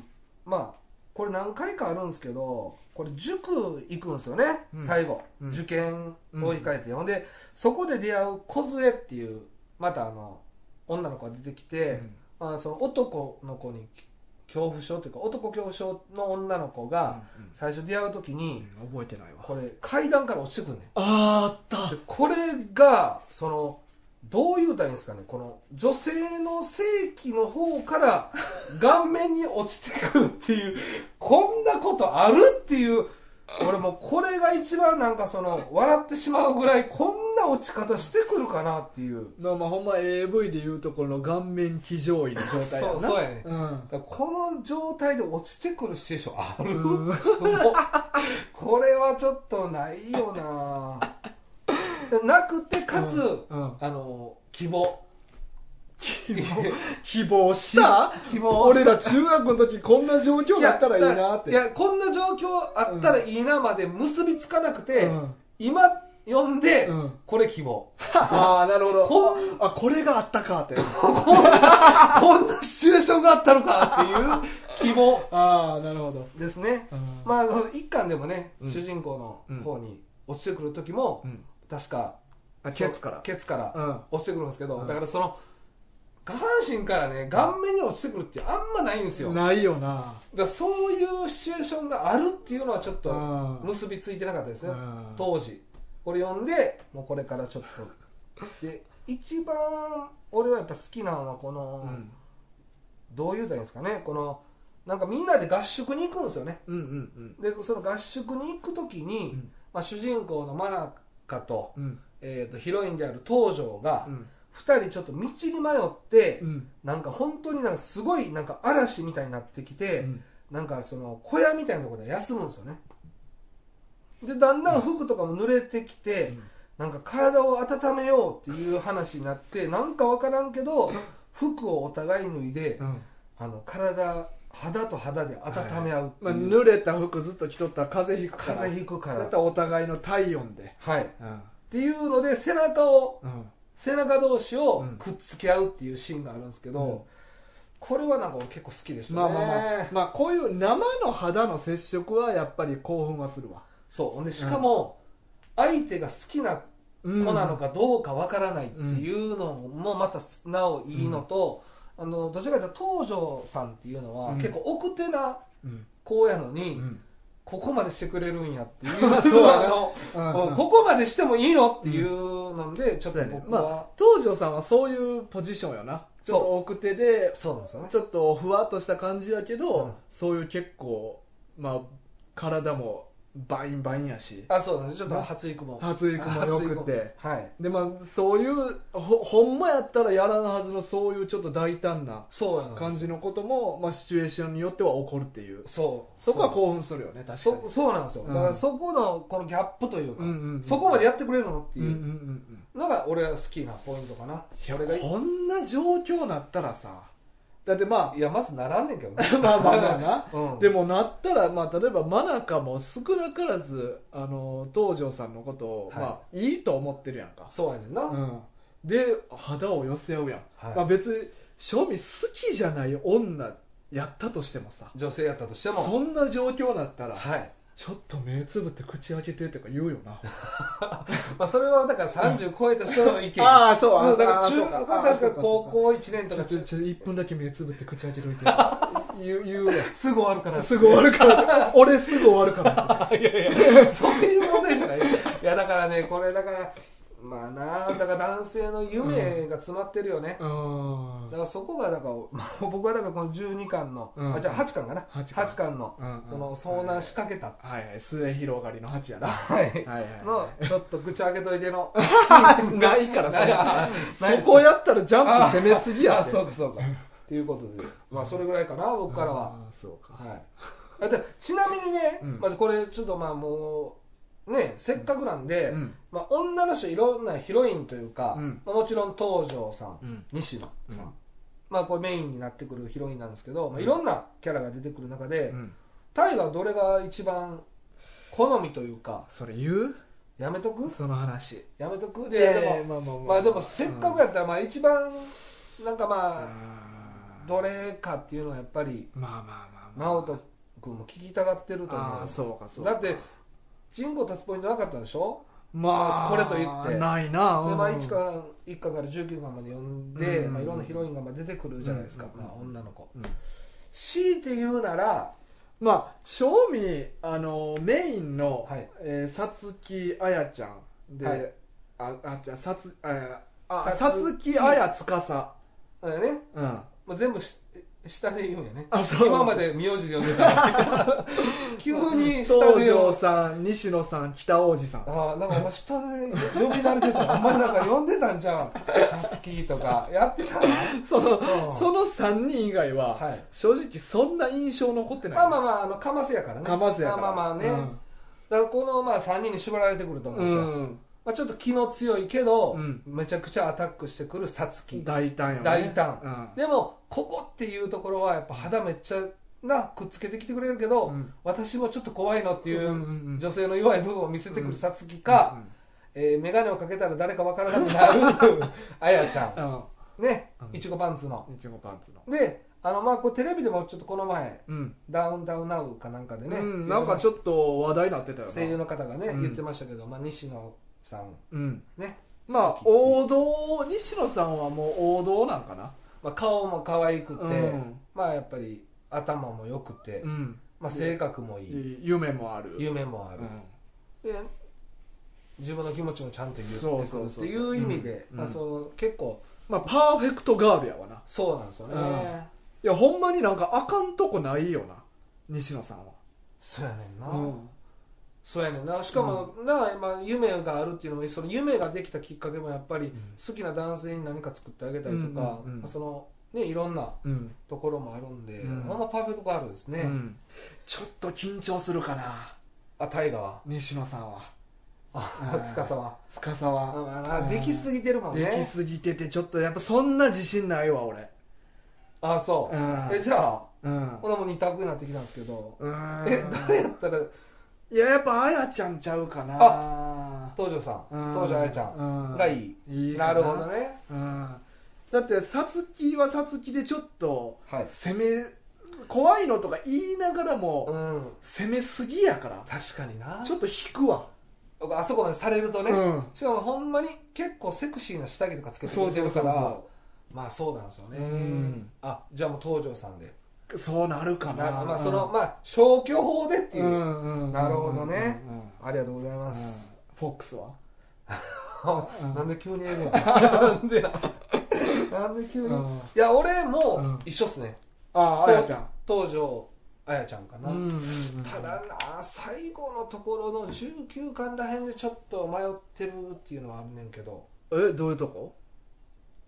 Speaker 2: まあこれ何回かあるんですけどこれ塾行くんですよね、
Speaker 1: うん
Speaker 2: 最後、
Speaker 1: うん
Speaker 2: 受験を控えて、ほんでそこで出会う梢っていうまたあの女の子が出てきて、
Speaker 1: うん
Speaker 2: まあ、その男の子に恐怖症というか男恐怖症の女の子が
Speaker 1: うんうん
Speaker 2: 最初出会う時に、
Speaker 1: うん覚えてないわ
Speaker 2: これ階段から落ちてくんねん
Speaker 1: あーあっ
Speaker 2: でこれがそのどう言うたらいいんですかねこの女性の性器の方から顔面に落ちてくるっていうこんなことあるっていう俺もうこれが一番なんかその笑ってしまうぐらいこんなな落ち方してくるかなっていう
Speaker 1: まあまあほんま AV でいうところの顔面騎乗位の状態やな
Speaker 2: そうそうやね
Speaker 1: うん
Speaker 2: だからこの状態で落ちてくるシチュエーションある、
Speaker 1: うん
Speaker 2: これはちょっとないよななくてかつ、
Speaker 1: うんうん
Speaker 2: あの希望
Speaker 1: 希望希望した
Speaker 2: 希望
Speaker 1: 俺ら中学の時こんな状況だったらいい
Speaker 2: や
Speaker 1: なって
Speaker 2: いやこんな状況あったらいいなまで結びつかなくて、
Speaker 1: うん
Speaker 2: 今読んで、
Speaker 1: うん
Speaker 2: これ希望
Speaker 1: ああなるほど
Speaker 2: こ
Speaker 1: ああこれがあったかって
Speaker 2: こんなシチュエーションがあったのかっ ていう希望
Speaker 1: ああなるほど
Speaker 2: ですね
Speaker 1: うん
Speaker 2: まああの一巻でもね、
Speaker 1: うん
Speaker 2: 主人公の方に落ちてくる時も、
Speaker 1: うん
Speaker 2: 確か
Speaker 1: あケツから
Speaker 2: ケツから、
Speaker 1: うん
Speaker 2: 落ちてくるんですけど、
Speaker 1: うん
Speaker 2: だからその下半身からね顔面に落ちてくるってあんまないんですよだか
Speaker 1: ないよな
Speaker 2: らそういうシチュエーションがあるっていうのはちょっと
Speaker 1: うん
Speaker 2: 結びついてなかったですね
Speaker 1: うん
Speaker 2: 当時これ読んでもうこれからちょっとで一番俺はやっぱ好きなのはこの、
Speaker 1: うん
Speaker 2: どういうたらいいんですかねこのなんかみんなで合宿に行くんですよね
Speaker 1: うんうん
Speaker 2: でその合宿に行く時に、
Speaker 1: うん
Speaker 2: まあ、主人公のマナカと,、
Speaker 1: うんうん
Speaker 2: えー、とヒロインである東條が
Speaker 1: うん
Speaker 2: 2人ちょっと道に迷って、
Speaker 1: うん
Speaker 2: なんか本当になんかすごいなんか嵐みたいになってきて、
Speaker 1: うん
Speaker 2: なんかその小屋みたいなところで休むんですよねでだんだん服とかも濡れてきて、
Speaker 1: うん
Speaker 2: なんか体を温めようっていう話になってなんか分からんけど服をお互い脱いで、
Speaker 1: うん
Speaker 2: あの体肌と肌で温め合うっていう、
Speaker 1: まあ、濡れた服ずっと着とったら風邪ひくから
Speaker 2: 風邪ひくか
Speaker 1: だ
Speaker 2: ら
Speaker 1: ったらお互いの体温で
Speaker 2: はいっ
Speaker 1: うん
Speaker 2: ていうので背中を
Speaker 1: うん
Speaker 2: 背中同士を
Speaker 1: うん
Speaker 2: くっつけ合うっていうシーンがあるんですけど、
Speaker 1: うん
Speaker 2: これはなんか俺結構好きでしたね
Speaker 1: まあまあまあまあこういう生の肌の接触はやっぱり興奮はするわ
Speaker 2: そうほんでしかも相手が好きな
Speaker 1: 子
Speaker 2: 子なのかどうかわからないっていうのもまたなおいいのと、あのどちらかというと東條さんっていうのは
Speaker 1: うん
Speaker 2: 結構奥手な
Speaker 1: うん
Speaker 2: 子やのに、
Speaker 1: うん
Speaker 2: ここまでしてくれるんやっていう
Speaker 1: そうやな
Speaker 2: あの
Speaker 1: うん
Speaker 2: うんここまでしてもいいよっていうので、ちょっ
Speaker 1: そ
Speaker 2: と
Speaker 1: うやね
Speaker 2: 僕
Speaker 1: ま
Speaker 2: は、
Speaker 1: あ東條さんはそういうポジションよなちょっと
Speaker 2: そ
Speaker 1: 奥手で
Speaker 2: そうなんですよね
Speaker 1: ちょっとふわっとした感じやけど、
Speaker 2: うん
Speaker 1: そういう結構まあ体もバインバインやし
Speaker 2: あそうなんですちょっと発育も
Speaker 1: 発育も良くて
Speaker 2: はい
Speaker 1: でまあそういうほほんまやったらやらんはずのそういうちょっと大胆な
Speaker 2: そうやなんです
Speaker 1: 感じのことも、まあ、シチュエーションによっては起こるっていう
Speaker 2: そう
Speaker 1: そこは興奮するよね確かに
Speaker 2: そそうなんですよ、
Speaker 1: うん
Speaker 2: だからそこのこのギャップというか、
Speaker 1: うんうんうん
Speaker 2: そこまでやってくれるのって
Speaker 1: うん
Speaker 2: い
Speaker 1: うんう
Speaker 2: うんのが俺は好きなポイントかな、俺が
Speaker 1: うんこんな状況なったらさだってま
Speaker 2: いや まずならんねんけどね
Speaker 1: あ、まあまあまあ な
Speaker 2: うん、
Speaker 1: でもなったら、まあ、例えば真中も少なからずあの東條さんのことを、
Speaker 2: は
Speaker 1: い
Speaker 2: い
Speaker 1: まあ、いいと思ってるやんか、
Speaker 2: そうやねんな、
Speaker 1: うん、で肌を寄せ合うやん、
Speaker 2: はい
Speaker 1: まあ、別に庶民好きじゃない女やったとしてもさ
Speaker 2: 女性やったとしても
Speaker 1: そんな状況なったら
Speaker 2: はい、
Speaker 1: ちょっと目つぶって口開けてとか言うよな
Speaker 2: まあ、それはだから30超えた人の意見
Speaker 1: ああそう
Speaker 2: そ
Speaker 1: あ
Speaker 2: うだから
Speaker 1: あ
Speaker 2: 中
Speaker 1: そう
Speaker 2: 学
Speaker 1: あ
Speaker 2: だか
Speaker 1: そう
Speaker 2: ら高校1年
Speaker 1: ち
Speaker 2: と
Speaker 1: ょ
Speaker 2: か
Speaker 1: ちょ
Speaker 2: 中
Speaker 1: ちょ1分だけ目つぶって口開けと いて言う言うや
Speaker 2: すぐ終わるから
Speaker 1: んすぐ終わる から俺すぐ終わるから
Speaker 2: いやいや、そういう問題じゃない。いや、だからね、これ、だから、まあなあ、だから男性の夢が詰まってるよね。
Speaker 1: うん
Speaker 2: だからそこが、だから、 まあ僕はだからこの12巻の、
Speaker 1: うん
Speaker 2: あ、じゃあ8巻かな。
Speaker 1: 8巻
Speaker 2: 8巻の、
Speaker 1: うんうん
Speaker 2: その遭難仕掛けた。
Speaker 1: はいはい末広がりの8やな
Speaker 2: はい。
Speaker 1: はいはい
Speaker 2: の、ちょっと口開けといての。
Speaker 1: ないからさ
Speaker 2: ない
Speaker 1: そこやったらジャンプ攻めすぎや
Speaker 2: あ、
Speaker 1: って
Speaker 2: そうかそうか。っていうことで、まあそれぐらいかな、僕からは。
Speaker 1: あーそうか
Speaker 2: はい、あでちなみにね、
Speaker 1: うん
Speaker 2: まずこれちょっとまあもうねせっかくなんで、
Speaker 1: うん
Speaker 2: まあ、女の人いろんなヒロインというか、
Speaker 1: うん
Speaker 2: まあ、もちろん東條さん、
Speaker 1: うん
Speaker 2: 西野さん、
Speaker 1: うん
Speaker 2: まあ、これメインになってくるヒロインなんですけど、まあ、いろんなキャラが出てくる中で、
Speaker 1: うん
Speaker 2: タイがどれが一番好みというか
Speaker 1: それ言う
Speaker 2: やめとく
Speaker 1: その話
Speaker 2: やめとく
Speaker 1: い
Speaker 2: で
Speaker 1: やい
Speaker 2: で
Speaker 1: や
Speaker 2: も、
Speaker 1: まあまあ
Speaker 2: まあ、でもせっかくやったらまあ一番なんか
Speaker 1: うん
Speaker 2: ま
Speaker 1: あ
Speaker 2: あ
Speaker 1: ー
Speaker 2: どれかっていうのはやっぱり
Speaker 1: まあまあまあまあ
Speaker 2: 直人君も聞きたがってると思
Speaker 1: ああ
Speaker 2: う
Speaker 1: そうかそうか
Speaker 2: だって人口立つポイントなかったでしょ、
Speaker 1: まあ
Speaker 2: これと言って
Speaker 1: ないな
Speaker 2: で
Speaker 1: うん
Speaker 2: まあ1巻1巻から19巻まで読んで、
Speaker 1: うん
Speaker 2: まあ、いろんなヒロインがまあ出てくるじゃないですか、
Speaker 1: うん
Speaker 2: まあ、女の子、
Speaker 1: うん
Speaker 2: 強いて言うなら
Speaker 1: まあ正味あのメインの
Speaker 2: はい
Speaker 1: えーさつきあやちゃん
Speaker 2: はい
Speaker 1: でああじゃあさつああ
Speaker 2: さつき
Speaker 1: さつきあやつかさ
Speaker 2: あれね、
Speaker 1: うん
Speaker 2: まあ、全部し下で言うんやね
Speaker 1: あそう
Speaker 2: 今まで名字で呼んでた 急に下
Speaker 1: 東
Speaker 2: で呼
Speaker 1: 條
Speaker 2: ん
Speaker 1: さん西野さん北王子さん
Speaker 2: ああなんかお前下で呼び慣れてたお前なんか呼んでたんじゃんさつきとかやってたな
Speaker 1: そ
Speaker 2: うん
Speaker 1: のその3人以外は、
Speaker 2: はい
Speaker 1: 正直そんな印象残ってない
Speaker 2: まあまあまああのかますやからね
Speaker 1: かまずやから
Speaker 2: まあまあまあね、
Speaker 1: うん
Speaker 2: だからこのまあ3人に絞られてくると思うんですよ、
Speaker 1: うん
Speaker 2: まあ、ちょっと気の強いけど、
Speaker 1: うん
Speaker 2: めちゃくちゃアタックしてくるさつき
Speaker 1: 大胆よね
Speaker 2: 大胆
Speaker 1: うん
Speaker 2: でもここっていうところはやっぱ肌めっちゃなくっつけてきてくれるけど、
Speaker 1: うん
Speaker 2: 私もちょっと怖いのってい
Speaker 1: うんうんう
Speaker 2: うん女性の弱い部分を見せてくるさつき
Speaker 1: う
Speaker 2: か、
Speaker 1: ん
Speaker 2: えー眼鏡をかけたら誰かわからなくな るあやちゃん
Speaker 1: うん
Speaker 2: ね
Speaker 1: うん
Speaker 2: いちごパンツの
Speaker 1: いちごパンツの
Speaker 2: であのまあこうテレビでもちょっとこの前
Speaker 1: うん、
Speaker 2: 「ダウンダウンナウ」かなんかでね、
Speaker 1: うん、なんかちょっと話題になってたよな
Speaker 2: 声優の方がね、
Speaker 1: うん
Speaker 2: 言ってましたけど、まあ、西野さん
Speaker 1: うん
Speaker 2: ね
Speaker 1: まあ
Speaker 2: 好きっていう
Speaker 1: 王道西野さんはもう王道なんかな
Speaker 2: まあ、顔も可愛くて、
Speaker 1: うん
Speaker 2: まあやっぱり頭も良くて、
Speaker 1: うん
Speaker 2: まあ、性格もいい、
Speaker 1: 夢もある
Speaker 2: 夢もある
Speaker 1: う、ん
Speaker 2: で自分の気持ちもちゃんと言
Speaker 1: そう
Speaker 2: ってく
Speaker 1: そ
Speaker 2: る
Speaker 1: う
Speaker 2: って
Speaker 1: そうそう
Speaker 2: いう意味で、
Speaker 1: うん
Speaker 2: まあ、
Speaker 1: うん
Speaker 2: そう結構
Speaker 1: まあパーフェクトガールやわな
Speaker 2: そうなんですよね、
Speaker 1: うんいやほんまになんかあかんとこないよな西野さんは
Speaker 2: そうやねんな、
Speaker 1: うん
Speaker 2: そうやねんなしかも、なまあ、夢があるっていうのもその夢ができたきっかけもやっぱり好きな男性に何か作ってあげたりとか、
Speaker 1: うんうんうん
Speaker 2: まあそのねいろんな
Speaker 1: うん
Speaker 2: ところもあるんで、
Speaker 1: うん
Speaker 2: あんまパーフェクトガールですね、
Speaker 1: うんちょっと緊張するかな
Speaker 2: あ大河は
Speaker 1: 西野さんは
Speaker 2: あ
Speaker 1: うん
Speaker 2: 司は
Speaker 1: 司
Speaker 2: あ
Speaker 1: は
Speaker 2: まあ
Speaker 1: うん
Speaker 2: できすぎてるもん
Speaker 1: でき
Speaker 2: ね
Speaker 1: すぎててちょっとやっぱそんな自信ないわ俺
Speaker 2: あそう
Speaker 1: うん
Speaker 2: えじゃあ
Speaker 1: うん
Speaker 2: 俺も二択になってきたんですけど
Speaker 1: うん
Speaker 2: え誰やったら
Speaker 1: いややっぱあやちゃんちゃうかな
Speaker 2: 東條さ
Speaker 1: うん
Speaker 2: ん東條あやちゃん
Speaker 1: ん
Speaker 2: がいい
Speaker 1: いいか
Speaker 2: なるほどね
Speaker 1: うんだってさつきはさつきでちょっと
Speaker 2: はい
Speaker 1: 攻め怖いのとか言いながら
Speaker 2: う
Speaker 1: も
Speaker 2: ん
Speaker 1: 攻めすぎやから
Speaker 2: 確かにな
Speaker 1: ちょっと引くわ
Speaker 2: あそこまでされるとね
Speaker 1: うん
Speaker 2: しかもほんまに結構セクシーな下着とかつけてくれてるからまあそうなんですよ
Speaker 1: う
Speaker 2: ね
Speaker 1: ん
Speaker 2: あじゃあもう東條さんで
Speaker 1: うそうなるかな
Speaker 2: なまあそのまあ消去法でって
Speaker 1: うん
Speaker 2: い
Speaker 1: う
Speaker 2: うん
Speaker 1: うんうん
Speaker 2: なるほどね
Speaker 1: うんうん
Speaker 2: ありがとうございま
Speaker 1: うん
Speaker 2: す
Speaker 1: フォックスはん
Speaker 2: なんで急にええねんなん でななんで急に
Speaker 1: うん
Speaker 2: いや俺
Speaker 1: う
Speaker 2: も
Speaker 1: ん
Speaker 2: 一緒っすね
Speaker 1: あああやちゃん
Speaker 2: 東條あやちゃんかな、
Speaker 1: うんうんうん
Speaker 2: ただな最後のところの19巻らへんでちょっと迷ってるっていうのはあるねんけど
Speaker 1: えどういうとこ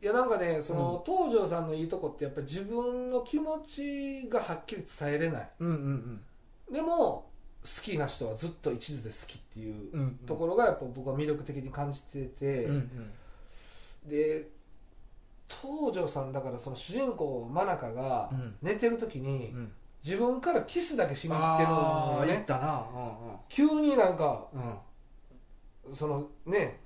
Speaker 2: いやなんかねその、東條さんのいいとこってやっぱり自分の気持ちがはっきり伝えれない
Speaker 1: うんうん
Speaker 2: でも好きな人はずっと一途で好きっていう
Speaker 1: うんうん
Speaker 2: ところがやっぱ僕は魅力的に感じてて、
Speaker 1: うんうん
Speaker 2: で東條さんだからその主人公真中が
Speaker 1: うん
Speaker 2: 寝てる時に、
Speaker 1: うん
Speaker 2: 自分からキスだけしに行ってる
Speaker 1: あ
Speaker 2: の
Speaker 1: あ
Speaker 2: よ
Speaker 1: 言っ
Speaker 2: ね
Speaker 1: たなう
Speaker 2: 急になんか
Speaker 1: んうんうん
Speaker 2: そのね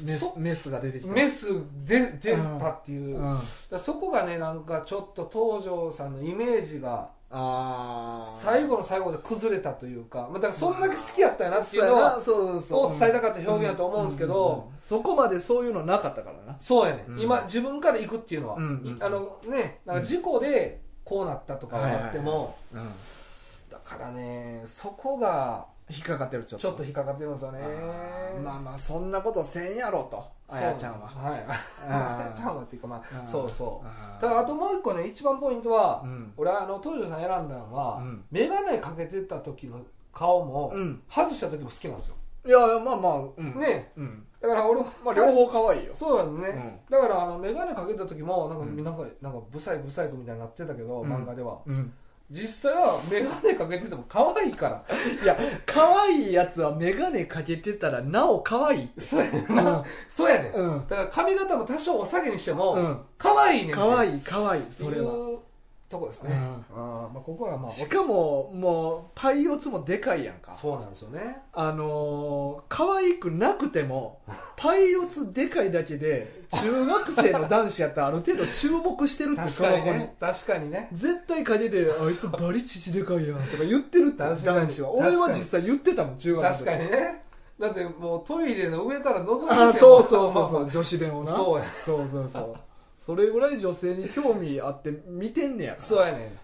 Speaker 1: メス
Speaker 2: そ
Speaker 1: メスが出てきた
Speaker 2: メスで出たっていう、だか
Speaker 1: あ
Speaker 2: らそこがねなんかちょっと東條さんのイメージが
Speaker 1: あー
Speaker 2: 最後の最後で崩れたというか、まあ、だからそんだけ好きやったんやなっていうの
Speaker 1: そ
Speaker 2: は
Speaker 1: うやなそうそう
Speaker 2: を伝えたかった表現だと思うんですけど、
Speaker 1: ううんそこまでそういうのなかったからな
Speaker 2: そうやね、
Speaker 1: うん
Speaker 2: 今自分から行くっていうのは、
Speaker 1: うんうん
Speaker 2: いあのねなんか事故でこうなったとかはあって
Speaker 1: はい
Speaker 2: も、
Speaker 1: うん
Speaker 2: だからねそこが
Speaker 1: 引っかかってるちょっ
Speaker 2: ち
Speaker 1: と
Speaker 2: ょっと引っかかってるんですよね
Speaker 1: あーまあまあそんなことせんやろとあやちゃんは
Speaker 2: そうはい
Speaker 1: あ
Speaker 2: あ
Speaker 1: ー
Speaker 2: やちゃんはっていうかま
Speaker 1: う
Speaker 2: あ
Speaker 1: ん
Speaker 2: そうそう
Speaker 1: あー
Speaker 2: ただあともう一個ね一番ポイントは、
Speaker 1: うん
Speaker 2: 俺あの東條さん選んだのは、
Speaker 1: うん
Speaker 2: 眼鏡かけてた時の顔も、
Speaker 1: うん
Speaker 2: 外した時も好きなんですよ
Speaker 1: いやいやまあまあうん
Speaker 2: ね
Speaker 1: うん
Speaker 2: だから俺も
Speaker 1: まあ両方可愛いよ
Speaker 2: そうやんね、だからあの眼鏡かけた時もなんか、
Speaker 1: うん
Speaker 2: なんかなんかブサイブサイクみたいになってたけど、
Speaker 1: うん
Speaker 2: 漫画では
Speaker 1: うん
Speaker 2: 実際は眼鏡かけてても可愛 いから
Speaker 1: いや可愛いやつは眼鏡かけてたらなお可愛い
Speaker 2: そうやねんな、 そうやねん、
Speaker 1: うん
Speaker 2: だから髪型も多少お下げにしても、
Speaker 1: うん
Speaker 2: 可愛いねんね
Speaker 1: 可
Speaker 2: い
Speaker 1: 愛い可愛いそ
Speaker 2: そ
Speaker 1: れ
Speaker 2: れ
Speaker 1: は
Speaker 2: はとこですね、
Speaker 1: うん
Speaker 2: あーまあ、ここはまあ
Speaker 1: しかももうパイオツもでかいやんか
Speaker 2: そうなんですよね
Speaker 1: あのー、可愛くなくて もパイオツでかいだけで中学生の男子やったらある程度注目してるって
Speaker 2: 確
Speaker 1: その
Speaker 2: かに
Speaker 1: 子に
Speaker 2: ね確かにね
Speaker 1: 絶対陰で「あいつバリチチでかいやん」とか言ってるって
Speaker 2: 確かに
Speaker 1: 男子は
Speaker 2: 確かに
Speaker 1: 俺は実際言ってたもん中学
Speaker 2: 確か
Speaker 1: に
Speaker 2: にねだってもうトイレの上から覗いて
Speaker 1: ああ
Speaker 2: て
Speaker 1: そうそうそう
Speaker 2: ま
Speaker 1: そ
Speaker 2: あ
Speaker 1: う女子弁を
Speaker 2: まあ
Speaker 1: な
Speaker 2: そうや
Speaker 1: そうそうそうそれぐらい女性に興味あって見てんねやから
Speaker 2: そうやねん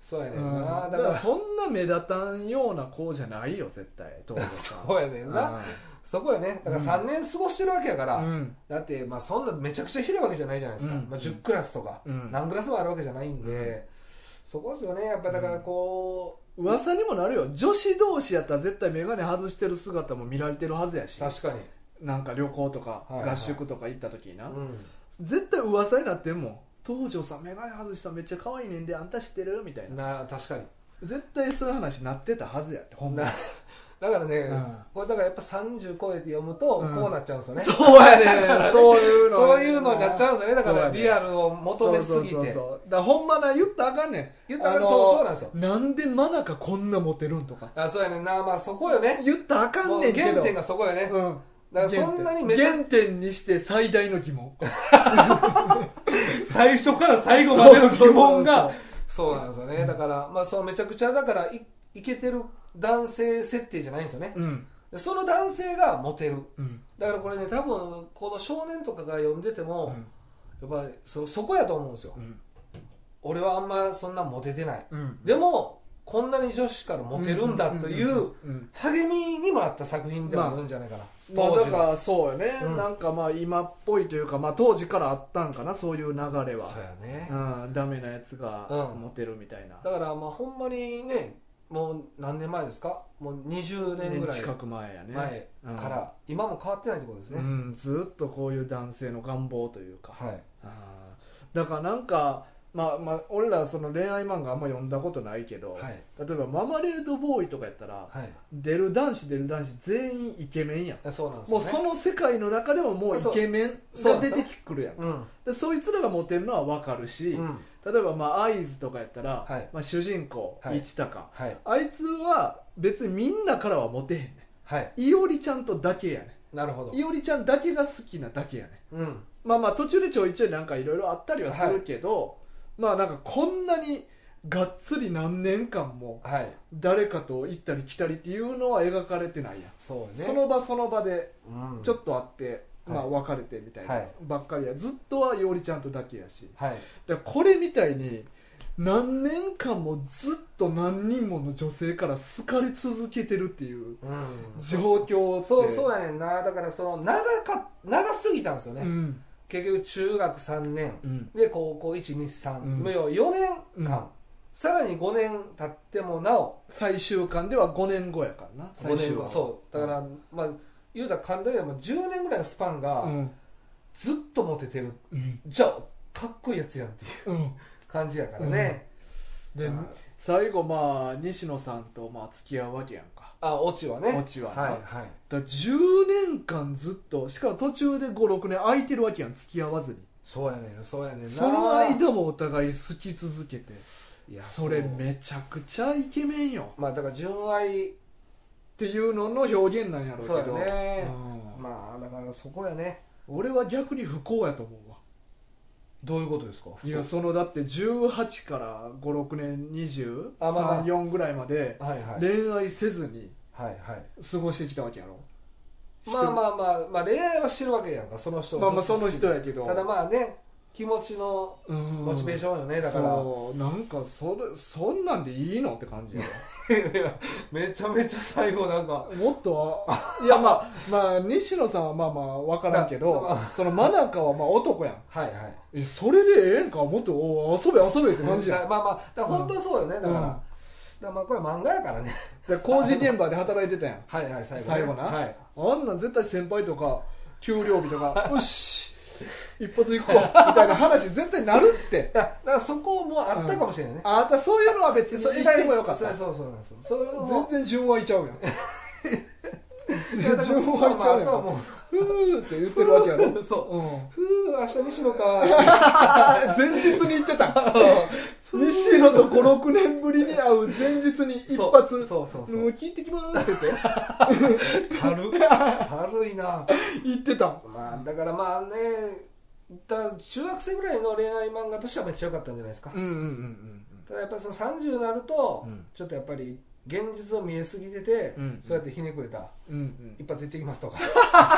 Speaker 2: そうやねん
Speaker 1: うん
Speaker 2: な、
Speaker 1: だ
Speaker 2: だ
Speaker 1: か
Speaker 2: からら
Speaker 1: そんな目立たんような子じゃないよ絶対東郷さん
Speaker 2: そうやねんな、そこやねだから3年過ごしてるわけやから、
Speaker 1: うんうん
Speaker 2: だってまあそんなめちゃくちゃ広いわけじゃないじゃないですか、
Speaker 1: うん
Speaker 2: まあ、10クラスとか
Speaker 1: うん
Speaker 2: 何クラスもあるわけじゃないんで、そこですよねやっぱだからこ
Speaker 1: 噂にもなるよ女子同士やったら絶対眼鏡外してる姿も見られてるはずや
Speaker 2: う、
Speaker 1: し
Speaker 2: 確かに、
Speaker 1: なんか旅行とか
Speaker 2: はいはい
Speaker 1: 合宿とか行った時にな、
Speaker 2: うん、
Speaker 1: 絶対噂になってんもん東條さん眼鏡外しためっちゃ可愛いねんであんた知ってるみたいな
Speaker 2: な確かに
Speaker 1: 絶対そういう話になってたはずやってほんま
Speaker 2: な
Speaker 1: に
Speaker 2: だからね、
Speaker 1: うん
Speaker 2: これだからやっぱ30超えて読むと
Speaker 1: うん
Speaker 2: こうなっちゃうんですよね、
Speaker 1: そうやねんそういうの
Speaker 2: そういうのになっちゃうんですよねだか
Speaker 1: そう
Speaker 2: ら
Speaker 1: やね
Speaker 2: リアルを求めすぎ
Speaker 1: そうそう
Speaker 2: て
Speaker 1: そうそうだからほんまな言ったらあかんねん
Speaker 2: 言ったらあかん
Speaker 1: の
Speaker 2: そうそうなんですよ
Speaker 1: なんで真中こんなモテるんとか
Speaker 2: あそうやねんなまあそこよね
Speaker 1: 言ったらあか
Speaker 2: も
Speaker 1: ん
Speaker 2: う
Speaker 1: ねんけど
Speaker 2: 原点がそこよね、
Speaker 1: うん
Speaker 2: だからそんなにめちゃ
Speaker 1: 原点にして最大の疑 問
Speaker 2: 最初から最後
Speaker 1: までの疑問が
Speaker 2: そうなんですよねだから、まあ、そのめちゃくちゃだからいいけてる男性設定じゃないんですよね、
Speaker 1: うん
Speaker 2: でその男性がモテる
Speaker 1: うん
Speaker 2: だからこれね多分この少年とかが読んでて
Speaker 1: う
Speaker 2: も、
Speaker 1: ん
Speaker 2: やっぱりそそこやと思うんですよ、
Speaker 1: うん
Speaker 2: 俺はあんまそんなモテてない、
Speaker 1: うん
Speaker 2: でもこんなに女子からモテるんだという
Speaker 1: うんうん
Speaker 2: 励みにもなった作品でもあるんじゃないかな、
Speaker 1: まあ
Speaker 2: 当
Speaker 1: だ
Speaker 2: 時
Speaker 1: か
Speaker 2: の、
Speaker 1: らそうよね、
Speaker 2: うん
Speaker 1: なんかまあ今っぽいというか、まあ、当時からあったんかなそういう流れは
Speaker 2: そうやね、
Speaker 1: うん、ダメなやつが
Speaker 2: うん
Speaker 1: モテるみたいな、
Speaker 2: だからまあほんまにねもう何年前ですかもう20年ぐらい
Speaker 1: 近く前やね
Speaker 2: 前
Speaker 1: うん
Speaker 2: から今も変わってないってことです
Speaker 1: う
Speaker 2: ね、
Speaker 1: ん、ずっとこういう男性の願望というか、
Speaker 2: はい
Speaker 1: あーだからなんか、まあまあ、俺らその恋愛漫画あんま読んだことないけど、
Speaker 2: はい
Speaker 1: 例えばママレードボーイとかやったら、
Speaker 2: はい
Speaker 1: 出る男子出る男子全員イケメンやん
Speaker 2: えそうなんです
Speaker 1: も
Speaker 2: よ、
Speaker 1: う
Speaker 2: ね、
Speaker 1: その世界の中でももうイケメン
Speaker 2: そう
Speaker 1: が出てくるやん
Speaker 2: う
Speaker 1: でそいつらがモテるのは分かるし、
Speaker 2: ん、うん、
Speaker 1: 例えばまあ合図とかやったら、
Speaker 2: はい
Speaker 1: まあ、主人公、
Speaker 2: はい
Speaker 1: 一鷹
Speaker 2: はい
Speaker 1: あいつは別にみんなからはモテへんね
Speaker 2: はい
Speaker 1: んいおりちゃんとだけやね
Speaker 2: なるほど
Speaker 1: んいおりちゃんだけが好きなだけやねん
Speaker 2: うん
Speaker 1: まあまあ途中でちょいちょいなんかいろいろあったりはするけど、まあなんかこんなにがっつり何年間も
Speaker 2: はい
Speaker 1: 誰かと行ったり来たりっていうのは描かれてないやん、
Speaker 2: そうね
Speaker 1: その場その場で
Speaker 2: うん、
Speaker 1: ちょっと会って、
Speaker 2: うん
Speaker 1: まあ別れてみたい
Speaker 2: は
Speaker 1: ないばっかりや、ずっとはいおりちゃんとだけやし
Speaker 2: はい
Speaker 1: だからこれみたいに何年間もずっと何人もの女性から好かれ続けてるっていう
Speaker 2: うん
Speaker 1: 状況って
Speaker 2: そうそうやねんなだからその長か長すぎたんですよね、
Speaker 1: うん
Speaker 2: 結局中学3年
Speaker 1: うん
Speaker 2: で高校123、
Speaker 1: うん
Speaker 2: 無用4年間、
Speaker 1: うん
Speaker 2: さらに5年経ってもなお
Speaker 1: 最終巻では5年後やからな
Speaker 2: 5
Speaker 1: 最終
Speaker 2: 年
Speaker 1: 話
Speaker 2: 後
Speaker 1: は
Speaker 2: そうだから、まあ言うたら簡単にはもう10年ぐらいのスパン
Speaker 1: う
Speaker 2: が
Speaker 1: ん
Speaker 2: ずっとモテてる、
Speaker 1: うん
Speaker 2: じゃあかっこいいやつやんっていう
Speaker 1: うん
Speaker 2: 感じやからね、
Speaker 1: で
Speaker 2: あ
Speaker 1: 最後まあ西野さんとまあ付き合うわけやんか
Speaker 2: あオチはね
Speaker 1: オチはな
Speaker 2: はいはい
Speaker 1: だから10年間ずっとしかも途中で56年空いてるわけやん付き合わずに
Speaker 2: そうやねんそうやねんな
Speaker 1: その間もお互い好き続けて
Speaker 2: いや
Speaker 1: それ
Speaker 2: う
Speaker 1: めちゃくちゃイケメンよ
Speaker 2: まあだから純愛
Speaker 1: っていうのの表現なんやろうけ
Speaker 2: そう
Speaker 1: ど
Speaker 2: やね
Speaker 1: うん
Speaker 2: まあだからそこやね
Speaker 1: 俺は逆に不幸やと思うわ
Speaker 2: どういうことですか
Speaker 1: いやそのだって18から56年234、
Speaker 2: あまあまあ
Speaker 1: 4ぐらいまで
Speaker 2: はいはい
Speaker 1: 恋愛せずに
Speaker 2: はいはい
Speaker 1: 過ごしてきたわけやろ、
Speaker 2: まあまあまあ、まあ、恋愛はしてるわけやんかその人を
Speaker 1: まあまあ
Speaker 2: ずっ
Speaker 1: そ
Speaker 2: と好
Speaker 1: の
Speaker 2: き
Speaker 1: 人やけど
Speaker 2: ただまあね気持ちの
Speaker 1: うん
Speaker 2: モチベーションよね、だから
Speaker 1: そうなんかそれそんなんでいいのって感じや
Speaker 2: いやめちゃめちゃ最後なんか
Speaker 1: もっとはいやまあまあ西野さんはまあまあ分からんけど、
Speaker 2: まあ
Speaker 1: その真中はまあ男やん
Speaker 2: はいはい
Speaker 1: えそれでええんかもっとお遊べ遊べって感じやん
Speaker 2: だまあまあだから本当はそうよね、だから、
Speaker 1: うん
Speaker 2: だからまあこれは漫画やからね
Speaker 1: で工事現場で働いてたやん
Speaker 2: はいはい最後、ね、
Speaker 1: 最後な、
Speaker 2: はい
Speaker 1: あんなん絶対先輩とか給料日とか「よし一発行くか」みたいな話絶対なるって
Speaker 2: いやだからそこもあったかもしれないね、
Speaker 1: あんたそういうのは別に
Speaker 2: そう
Speaker 1: 言ってもよかった
Speaker 2: そうそうそうなんですよそういうの
Speaker 1: 全
Speaker 2: も
Speaker 1: 然純愛ちゃうやん全
Speaker 2: い
Speaker 1: 然
Speaker 2: やだからそこ
Speaker 1: 純
Speaker 2: は
Speaker 1: 愛ちゃう
Speaker 2: まああ
Speaker 1: や
Speaker 2: とは
Speaker 1: ん
Speaker 2: も
Speaker 1: ふーって言ってるわけやろ
Speaker 2: う そう
Speaker 1: うん
Speaker 2: ふう明日西野か
Speaker 1: 前日に言ってた西野と56年ぶりに会う前日に一
Speaker 2: そう
Speaker 1: 発
Speaker 2: そうそうそう
Speaker 1: もう聞いてきますって言 って
Speaker 2: 軽い軽いな
Speaker 1: 言ってた
Speaker 2: まあだからまあねだ中学生ぐらいの恋愛漫画としてはめっちゃ良かったんじゃないですか、
Speaker 1: うんうんうんうん
Speaker 2: ただやっぱりその30になると、
Speaker 1: うん
Speaker 2: ちょっとやっぱり現実を見えすぎてて、
Speaker 1: うん
Speaker 2: そうやってひねくれた
Speaker 1: うんうん
Speaker 2: 一発いってきますとか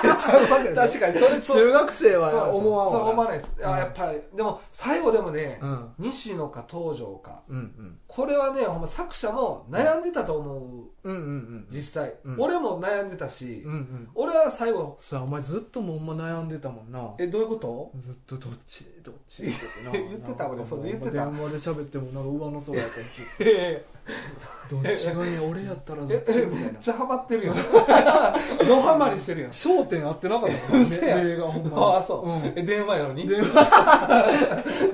Speaker 2: 言っちゃうわけで
Speaker 1: 確かにそれ中学生
Speaker 2: そうなん
Speaker 1: は
Speaker 2: ですよ
Speaker 1: 思わんわ
Speaker 2: そう思わないです、
Speaker 1: う
Speaker 2: あ
Speaker 1: ん
Speaker 2: やっぱりでも最後でもね、
Speaker 1: うん
Speaker 2: 西野か東條か
Speaker 1: うん
Speaker 2: これはねほんま作者も悩んでたと思う
Speaker 1: うんうんうんうん
Speaker 2: 実際、
Speaker 1: うん
Speaker 2: 俺も悩んでたし、
Speaker 1: うんうん
Speaker 2: 俺は最後
Speaker 1: さあお前ずっともうほんま悩んでたもんな
Speaker 2: えどういうこと
Speaker 1: ずっとどっちどっちってな
Speaker 2: 言ってた俺
Speaker 1: なんか
Speaker 2: そう
Speaker 1: も
Speaker 2: 言ってた
Speaker 1: 電話で喋ってもなんか上の空やったりし
Speaker 2: え
Speaker 1: ど っちがいい俺やったらど
Speaker 2: え
Speaker 1: っち
Speaker 2: え
Speaker 1: み
Speaker 2: め
Speaker 1: たい
Speaker 2: っ
Speaker 1: な
Speaker 2: ちゃハマってる よドハマりしてるよ
Speaker 1: 焦点合ってなかった
Speaker 2: うせや
Speaker 1: 映画ほんまに
Speaker 2: ああそう、
Speaker 1: ん
Speaker 2: え 電話やのに
Speaker 1: 電話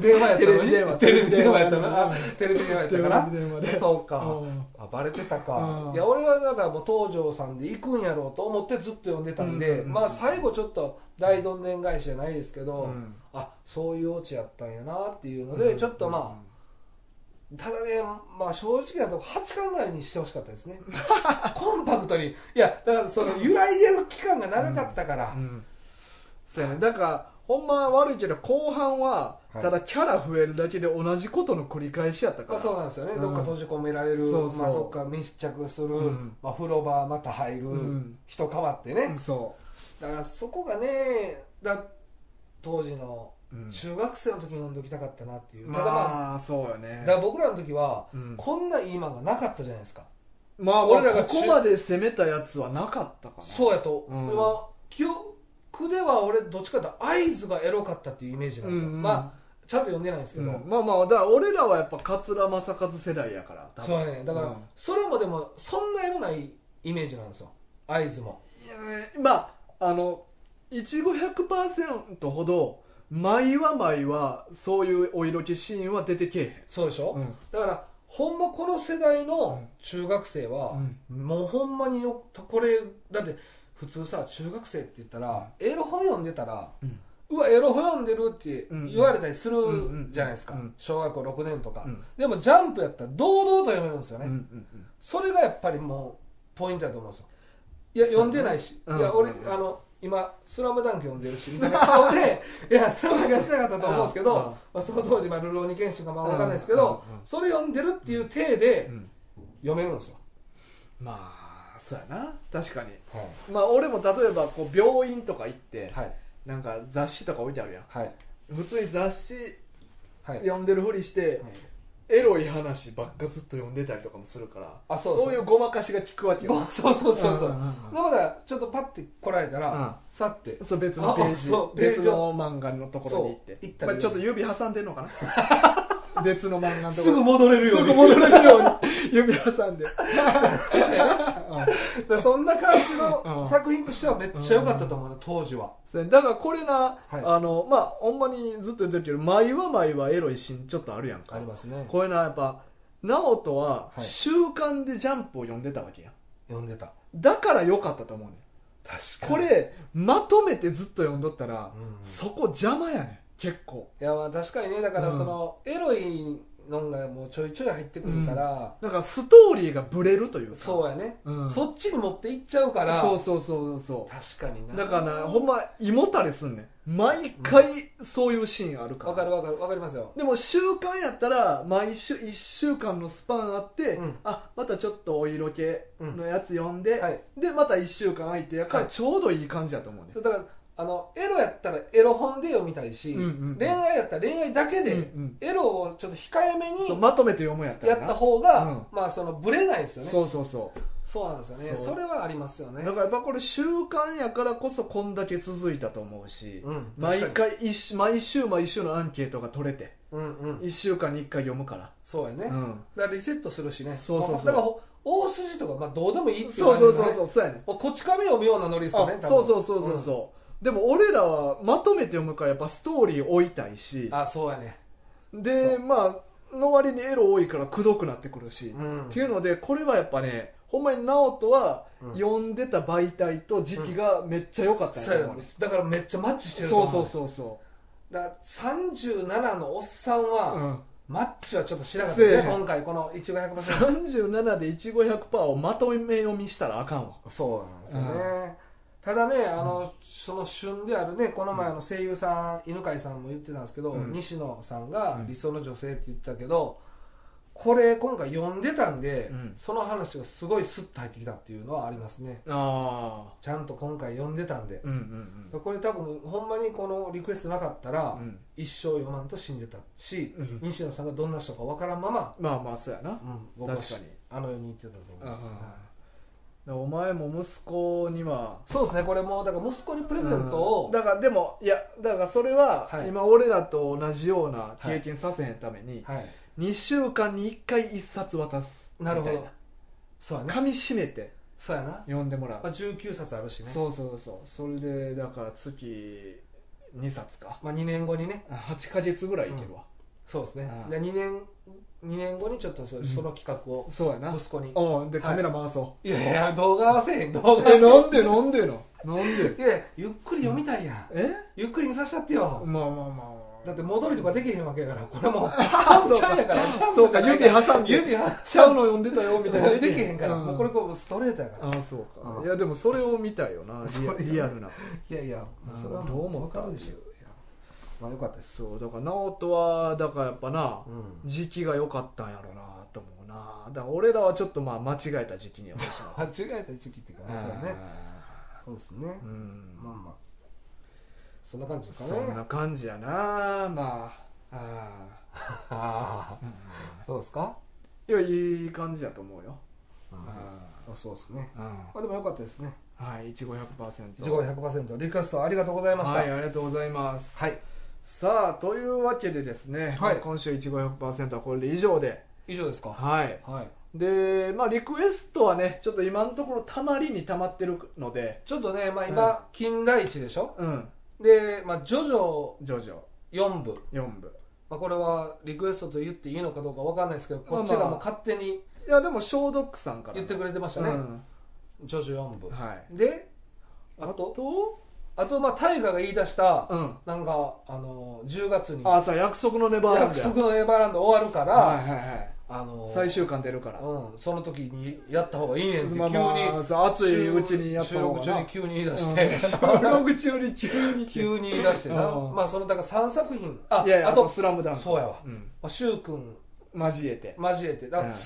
Speaker 2: 電話やったのに
Speaker 1: テレビ電話
Speaker 2: テレビ電話やったの
Speaker 1: うん
Speaker 2: あテレビ電話やったから
Speaker 1: テレビ電話で
Speaker 2: そうか、
Speaker 1: うん
Speaker 2: あバレてたか
Speaker 1: うん
Speaker 2: いや俺はだからもう東條さんで行くんやろうと思ってずっと読んでたんで、
Speaker 1: うんうんうんうん
Speaker 2: まあ最後ちょっと大どんでん返しじゃないですけど、
Speaker 1: うん
Speaker 2: あそういうオチやったんやなっていうので、ちょっとまあ、ただね、まあ、正直なとこ8巻ぐらいにしてほしかったですねコンパクトにいやだからその揺らいでる期間が長かったから、
Speaker 1: うんそうやねだからほんま悪いけど後半は
Speaker 2: はい
Speaker 1: ただキャラ増えるだけで同じことの繰り返しやったか
Speaker 2: まあ、
Speaker 1: ら
Speaker 2: そうなんですよね、
Speaker 1: うん
Speaker 2: どっか閉じ込められる
Speaker 1: そうそう
Speaker 2: まあ、どっか密着する、
Speaker 1: うん
Speaker 2: まあ、風呂場また入る、
Speaker 1: うん
Speaker 2: 人変わってね、
Speaker 1: うんそ
Speaker 2: だからそこがねだ当時の
Speaker 1: ううん
Speaker 2: 中学生の時に読んでおきたかったなっていう、ただまあ
Speaker 1: まあそうよね
Speaker 2: だから僕らの時は、
Speaker 1: うん
Speaker 2: こんないい漫画なかったじゃないですか
Speaker 1: まあ
Speaker 2: 俺
Speaker 1: 俺
Speaker 2: ら
Speaker 1: ら
Speaker 2: が
Speaker 1: が
Speaker 2: 中
Speaker 1: ここまで攻めたやつはなかったかな
Speaker 2: そうやと、
Speaker 1: うん
Speaker 2: まあ記憶では俺どっちかって合図がエロかったっていうイメージなんですよ、
Speaker 1: うんうん
Speaker 2: まあちゃんと読んでないんですけ
Speaker 1: う
Speaker 2: ど、
Speaker 1: んまあまあだから俺らはやっぱ桂正和世代やから多分
Speaker 2: そうやねだから、
Speaker 1: うん
Speaker 2: それもでもそんなエロないイメージなんですよ合図も
Speaker 1: まああのいちご100%ほど毎は毎はそういうお色気シーンは出てけえ
Speaker 2: そうでしょ、
Speaker 1: へん、うん
Speaker 2: だからほんまこの世代の中学生は、もうほんまによこれだって普通さ中学生って言ったら、エロ本読んでたら
Speaker 1: うん
Speaker 2: うわエロ本読んでるって言われたりする
Speaker 1: うんうん
Speaker 2: じゃないですか、
Speaker 1: うん
Speaker 2: 小学校6年とか、
Speaker 1: うん
Speaker 2: でもジャンプやったら堂々と読めるんですよ
Speaker 1: うん
Speaker 2: ね、
Speaker 1: うんうん
Speaker 2: それがやっぱりもうポイントだと思うんですよいや
Speaker 1: そう
Speaker 2: 読んでないし、
Speaker 1: うん
Speaker 2: いや俺、
Speaker 1: うん
Speaker 2: あの今「スラムダンク読んでるしみたいな顔 でいや「スラムダンクやってなかったと思うんですけど、
Speaker 1: うんうん
Speaker 2: まあ、その当時「まあ、ルローニケンシン」かまあ分かんないですけど、
Speaker 1: うんうんうん
Speaker 2: それ読んでるっていう体で
Speaker 1: うん
Speaker 2: 読めるんですよ、
Speaker 1: まあそうやな確かに
Speaker 2: は
Speaker 1: まあ俺も例えばこう病院とか行って
Speaker 2: いはい
Speaker 1: なんか雑誌とか置いてあるやん
Speaker 2: はい
Speaker 1: 普通に雑誌
Speaker 2: はい
Speaker 1: 読んでるふりしてエロい話ばっかずっと読んでたりとかもするから
Speaker 2: あそうそう
Speaker 1: いうごまかしが効くわけよ
Speaker 2: ぼそうそうそうそう
Speaker 1: うんうんうん
Speaker 2: だからちょっとパッて来られたら、
Speaker 1: うん
Speaker 2: 去って
Speaker 1: そう別のペー
Speaker 2: あ
Speaker 1: ジ
Speaker 2: そうページ
Speaker 1: 別の漫画のところに行って
Speaker 2: そう行ったり
Speaker 1: まあ、ちょっと指挟んでんのか な別の漫画のとこ
Speaker 2: す
Speaker 1: ろ
Speaker 2: ぐ戻れるよう
Speaker 1: す
Speaker 2: に
Speaker 1: ぐ戻れるように指挟んで
Speaker 2: だからそんな感じ
Speaker 1: う
Speaker 2: の
Speaker 1: ん
Speaker 2: 作品としてはめっちゃ良かったと思うね当時は
Speaker 1: そうだからこれな、
Speaker 2: い
Speaker 1: あのまあほんまにずっと言ってるけど毎は毎はエロいシーンちょっとあるやん
Speaker 2: あ
Speaker 1: か
Speaker 2: りますね
Speaker 1: これなやっぱ直人は
Speaker 2: はい
Speaker 1: 習慣でジャンプを読んでたわけやん
Speaker 2: 読んでた
Speaker 1: だから良かったと思うねん
Speaker 2: 確か
Speaker 1: これまとめてずっと読んどったら、
Speaker 2: うん
Speaker 1: そこ邪魔やねん結構
Speaker 2: いやまあ確かにねだからその、エロいのがもうちょいちょい入ってくるから、
Speaker 1: なんかストーリーがブレるというか
Speaker 2: そうやね、
Speaker 1: うん
Speaker 2: そっちに持っていっちゃうから
Speaker 1: そうそうそうそ
Speaker 2: 確かに
Speaker 1: う
Speaker 2: な
Speaker 1: だからなほんま胃もたれすんねん毎回そういうシーンあるから
Speaker 2: わかるわかるわかりますよ
Speaker 1: でも習慣やったら毎週1週間のスパンあって、
Speaker 2: うん
Speaker 1: あまたちょっとお色気のやつ読んで、
Speaker 2: うんはい
Speaker 1: でまた1週間空いてやから
Speaker 2: はい
Speaker 1: ちょうどいい感じやと思うね、
Speaker 2: そうだからあのエロやったらエロ本で読みたいし、
Speaker 1: うんうんうん
Speaker 2: 恋愛やったら恋愛だけで、
Speaker 1: うんうん
Speaker 2: エロをちょっと控えめ
Speaker 1: そう
Speaker 2: に
Speaker 1: まとめて読むやった
Speaker 2: や
Speaker 1: ら
Speaker 2: っ
Speaker 1: な
Speaker 2: た方が、
Speaker 1: うん
Speaker 2: まあそのブレないですよねそう
Speaker 1: そうそうそう
Speaker 2: なんですよね
Speaker 1: そう
Speaker 2: それはありますよね
Speaker 1: だからやっぱこれ習慣やからこそこんだけ続いたと思うし、
Speaker 2: うん
Speaker 1: 毎
Speaker 2: 確か
Speaker 1: 回一週毎週毎週のアンケートが取れて
Speaker 2: うんうん
Speaker 1: 1週間に1回読むから、
Speaker 2: そうやね、
Speaker 1: う
Speaker 2: だか
Speaker 1: ん、
Speaker 2: らリセットするしね
Speaker 1: そうそうそう
Speaker 2: だからほ大筋とか、まあ、どうでもいいっていう
Speaker 1: そう
Speaker 2: 感じ
Speaker 1: そう
Speaker 2: ですね
Speaker 1: そうそうそうやね
Speaker 2: もうこち亀読むようなノリですよね
Speaker 1: あそ
Speaker 2: 多分
Speaker 1: うそうそうそうそうでも俺らはまとめて読むからやっぱストーリー置いたいし
Speaker 2: うんあそうやね
Speaker 1: で
Speaker 2: そ
Speaker 1: まあの割にエロ多いからくどくなってくるし、
Speaker 2: ん
Speaker 1: っていうのでこれはやっぱねほんまに直人は
Speaker 2: うん
Speaker 1: 読んでた媒体と時期がめっちゃ良かったん
Speaker 2: そう
Speaker 1: や
Speaker 2: や
Speaker 1: と思
Speaker 2: ね
Speaker 1: うね
Speaker 2: だからめっちゃマッチしてると
Speaker 1: そ
Speaker 2: 思
Speaker 1: うそう
Speaker 2: う
Speaker 1: そうそ
Speaker 2: だから37のおっさ
Speaker 1: う、
Speaker 2: ん
Speaker 1: う
Speaker 2: は、
Speaker 1: ん、
Speaker 2: マッチはちょっとしなかったです
Speaker 1: せ
Speaker 2: ね
Speaker 1: えへん
Speaker 2: 今回この一5 0 0
Speaker 1: 37で15100%をまとめ読みしたらあかんわ
Speaker 2: そうなんですよね、ただねあの、その旬であるねこの前あの声優さん、犬飼さんも言ってたんですけど、
Speaker 1: うん
Speaker 2: 西野さんが
Speaker 1: うん
Speaker 2: 理想の女性って言ってたけど、これ今回読んでたんで、
Speaker 1: うん
Speaker 2: その話がすごいスッと入ってきたっていうのはありますね
Speaker 1: ああ
Speaker 2: ちゃんと今回読んでたんで、
Speaker 1: うんうん
Speaker 2: これ多分ほんまにこのリクエストなかったら、
Speaker 1: うんうん
Speaker 2: 一生読まんと死んでたし、
Speaker 1: うん
Speaker 2: 西野さんがどんな人かわからんまま、
Speaker 1: まあまあそうやな
Speaker 2: うん、僕は
Speaker 1: 確かに
Speaker 2: あの世に行ってたと思います、
Speaker 1: うん
Speaker 2: はい
Speaker 1: お前も息子には
Speaker 2: そうですねこれもうだから息子にプレゼン
Speaker 1: う
Speaker 2: トを
Speaker 1: ん、だからでもいやだからそれは
Speaker 2: はい
Speaker 1: 今俺らと同じような経験させへんために
Speaker 2: はい
Speaker 1: 2週間に1回1冊渡すみた
Speaker 2: ないるほどそうやね
Speaker 1: 噛み締めて
Speaker 2: そうやな、
Speaker 1: 読んでもらう
Speaker 2: まあ、19冊あるしね
Speaker 1: そうそうそうそれでだから月2冊か
Speaker 2: まあ、2年後にね
Speaker 1: あ8ヶ月ぐらいいけるわ、
Speaker 2: そうですね
Speaker 1: ああ
Speaker 2: で2年二年後にちょっとそ,、
Speaker 1: うん
Speaker 2: の企画を
Speaker 1: そうやな
Speaker 2: 息子に
Speaker 1: おうで
Speaker 2: はい
Speaker 1: カメラ回そ
Speaker 2: いやいや動画合わせへん動画合
Speaker 1: う、
Speaker 2: わせへ
Speaker 1: え
Speaker 2: ん
Speaker 1: なんでなんでのなんで
Speaker 2: いやいやゆっくり読みたいやん
Speaker 1: え
Speaker 2: ゆっくり見させたってよ、
Speaker 1: まあまあまあ
Speaker 2: だって戻りとかできへんわけやからこれ もうあんちゃんやからちゃん
Speaker 1: そうか
Speaker 2: じゃない
Speaker 1: 指挟んで
Speaker 2: 指挟ん
Speaker 1: ちゃうの読んでたよみたいな
Speaker 2: でできへんから、
Speaker 1: う
Speaker 2: もうこれこうストレートやから
Speaker 1: ああそうか、
Speaker 2: うん
Speaker 1: いやでもそれを見たいよなリア
Speaker 2: それ
Speaker 1: リアルない
Speaker 2: やいや
Speaker 1: うん
Speaker 2: それは
Speaker 1: どう思った
Speaker 2: わかるでしょいやまあよかったです
Speaker 1: そうだから直人はだからやっぱな
Speaker 2: うん
Speaker 1: 時期が良かったんやろなと思うなだから俺らはちょっとまあ間違えた時期にはしま
Speaker 2: 間違えた時期っていうかまあ そうやねそうですね
Speaker 1: うん
Speaker 2: まあまあそんな感じです
Speaker 1: そ
Speaker 2: か
Speaker 1: ん
Speaker 2: ね
Speaker 1: な感じやなまああ
Speaker 2: ああ
Speaker 1: あ
Speaker 2: どうですか
Speaker 1: いやいい感じやと思うよ
Speaker 2: あ
Speaker 1: あ
Speaker 2: そうですね
Speaker 1: あ
Speaker 2: まあでもよかったですね
Speaker 1: はいいちご100%
Speaker 2: 15100%リクエストありがとうございました
Speaker 1: はいありがとうございます
Speaker 2: はい
Speaker 1: さあというわけでですね、
Speaker 2: はい
Speaker 1: まあ今週いちご100%はこれで以上で
Speaker 2: 以上ですか
Speaker 1: はい
Speaker 2: はい
Speaker 1: でまあリクエストはねちょっと今のところたまりにたまってるので
Speaker 2: ちょっとねまあ
Speaker 1: は
Speaker 2: 今金田一でしょ
Speaker 1: うん
Speaker 2: でまあジョジョ
Speaker 1: ジョジョ
Speaker 2: 4部
Speaker 1: 4部
Speaker 2: まあこれはリクエストと言っていいのかどうかわかんないですけどこっちがもう勝手に
Speaker 1: いやでも小ドックさんから
Speaker 2: 言ってくれてましたねジョジョ4部
Speaker 1: うん、はい
Speaker 2: であと
Speaker 1: と
Speaker 2: あとまあ大河が言い出した
Speaker 1: うん
Speaker 2: なんかあの10月に
Speaker 1: あさ約束のネバーランド
Speaker 2: 約
Speaker 1: や
Speaker 2: 束のエヴァーランド終わるから、
Speaker 1: はいはいはい
Speaker 2: あの
Speaker 1: 最終巻出るから、
Speaker 2: うん、その時にやった方がいいねんって急に、
Speaker 1: まあまあそう熱いうちにやった方がな
Speaker 2: 収録中に急に言い出して、
Speaker 1: うん収録中に急に
Speaker 2: 急に言い出してな、
Speaker 1: うん
Speaker 2: まあそのだから3作品あ
Speaker 1: いやいや
Speaker 2: あ
Speaker 1: あと
Speaker 2: と
Speaker 1: スラムダンク
Speaker 2: そうやわ、
Speaker 1: う
Speaker 2: ま
Speaker 1: ん、
Speaker 2: あ、シュウ君
Speaker 1: 交えて、
Speaker 2: 交えてだから、
Speaker 1: うん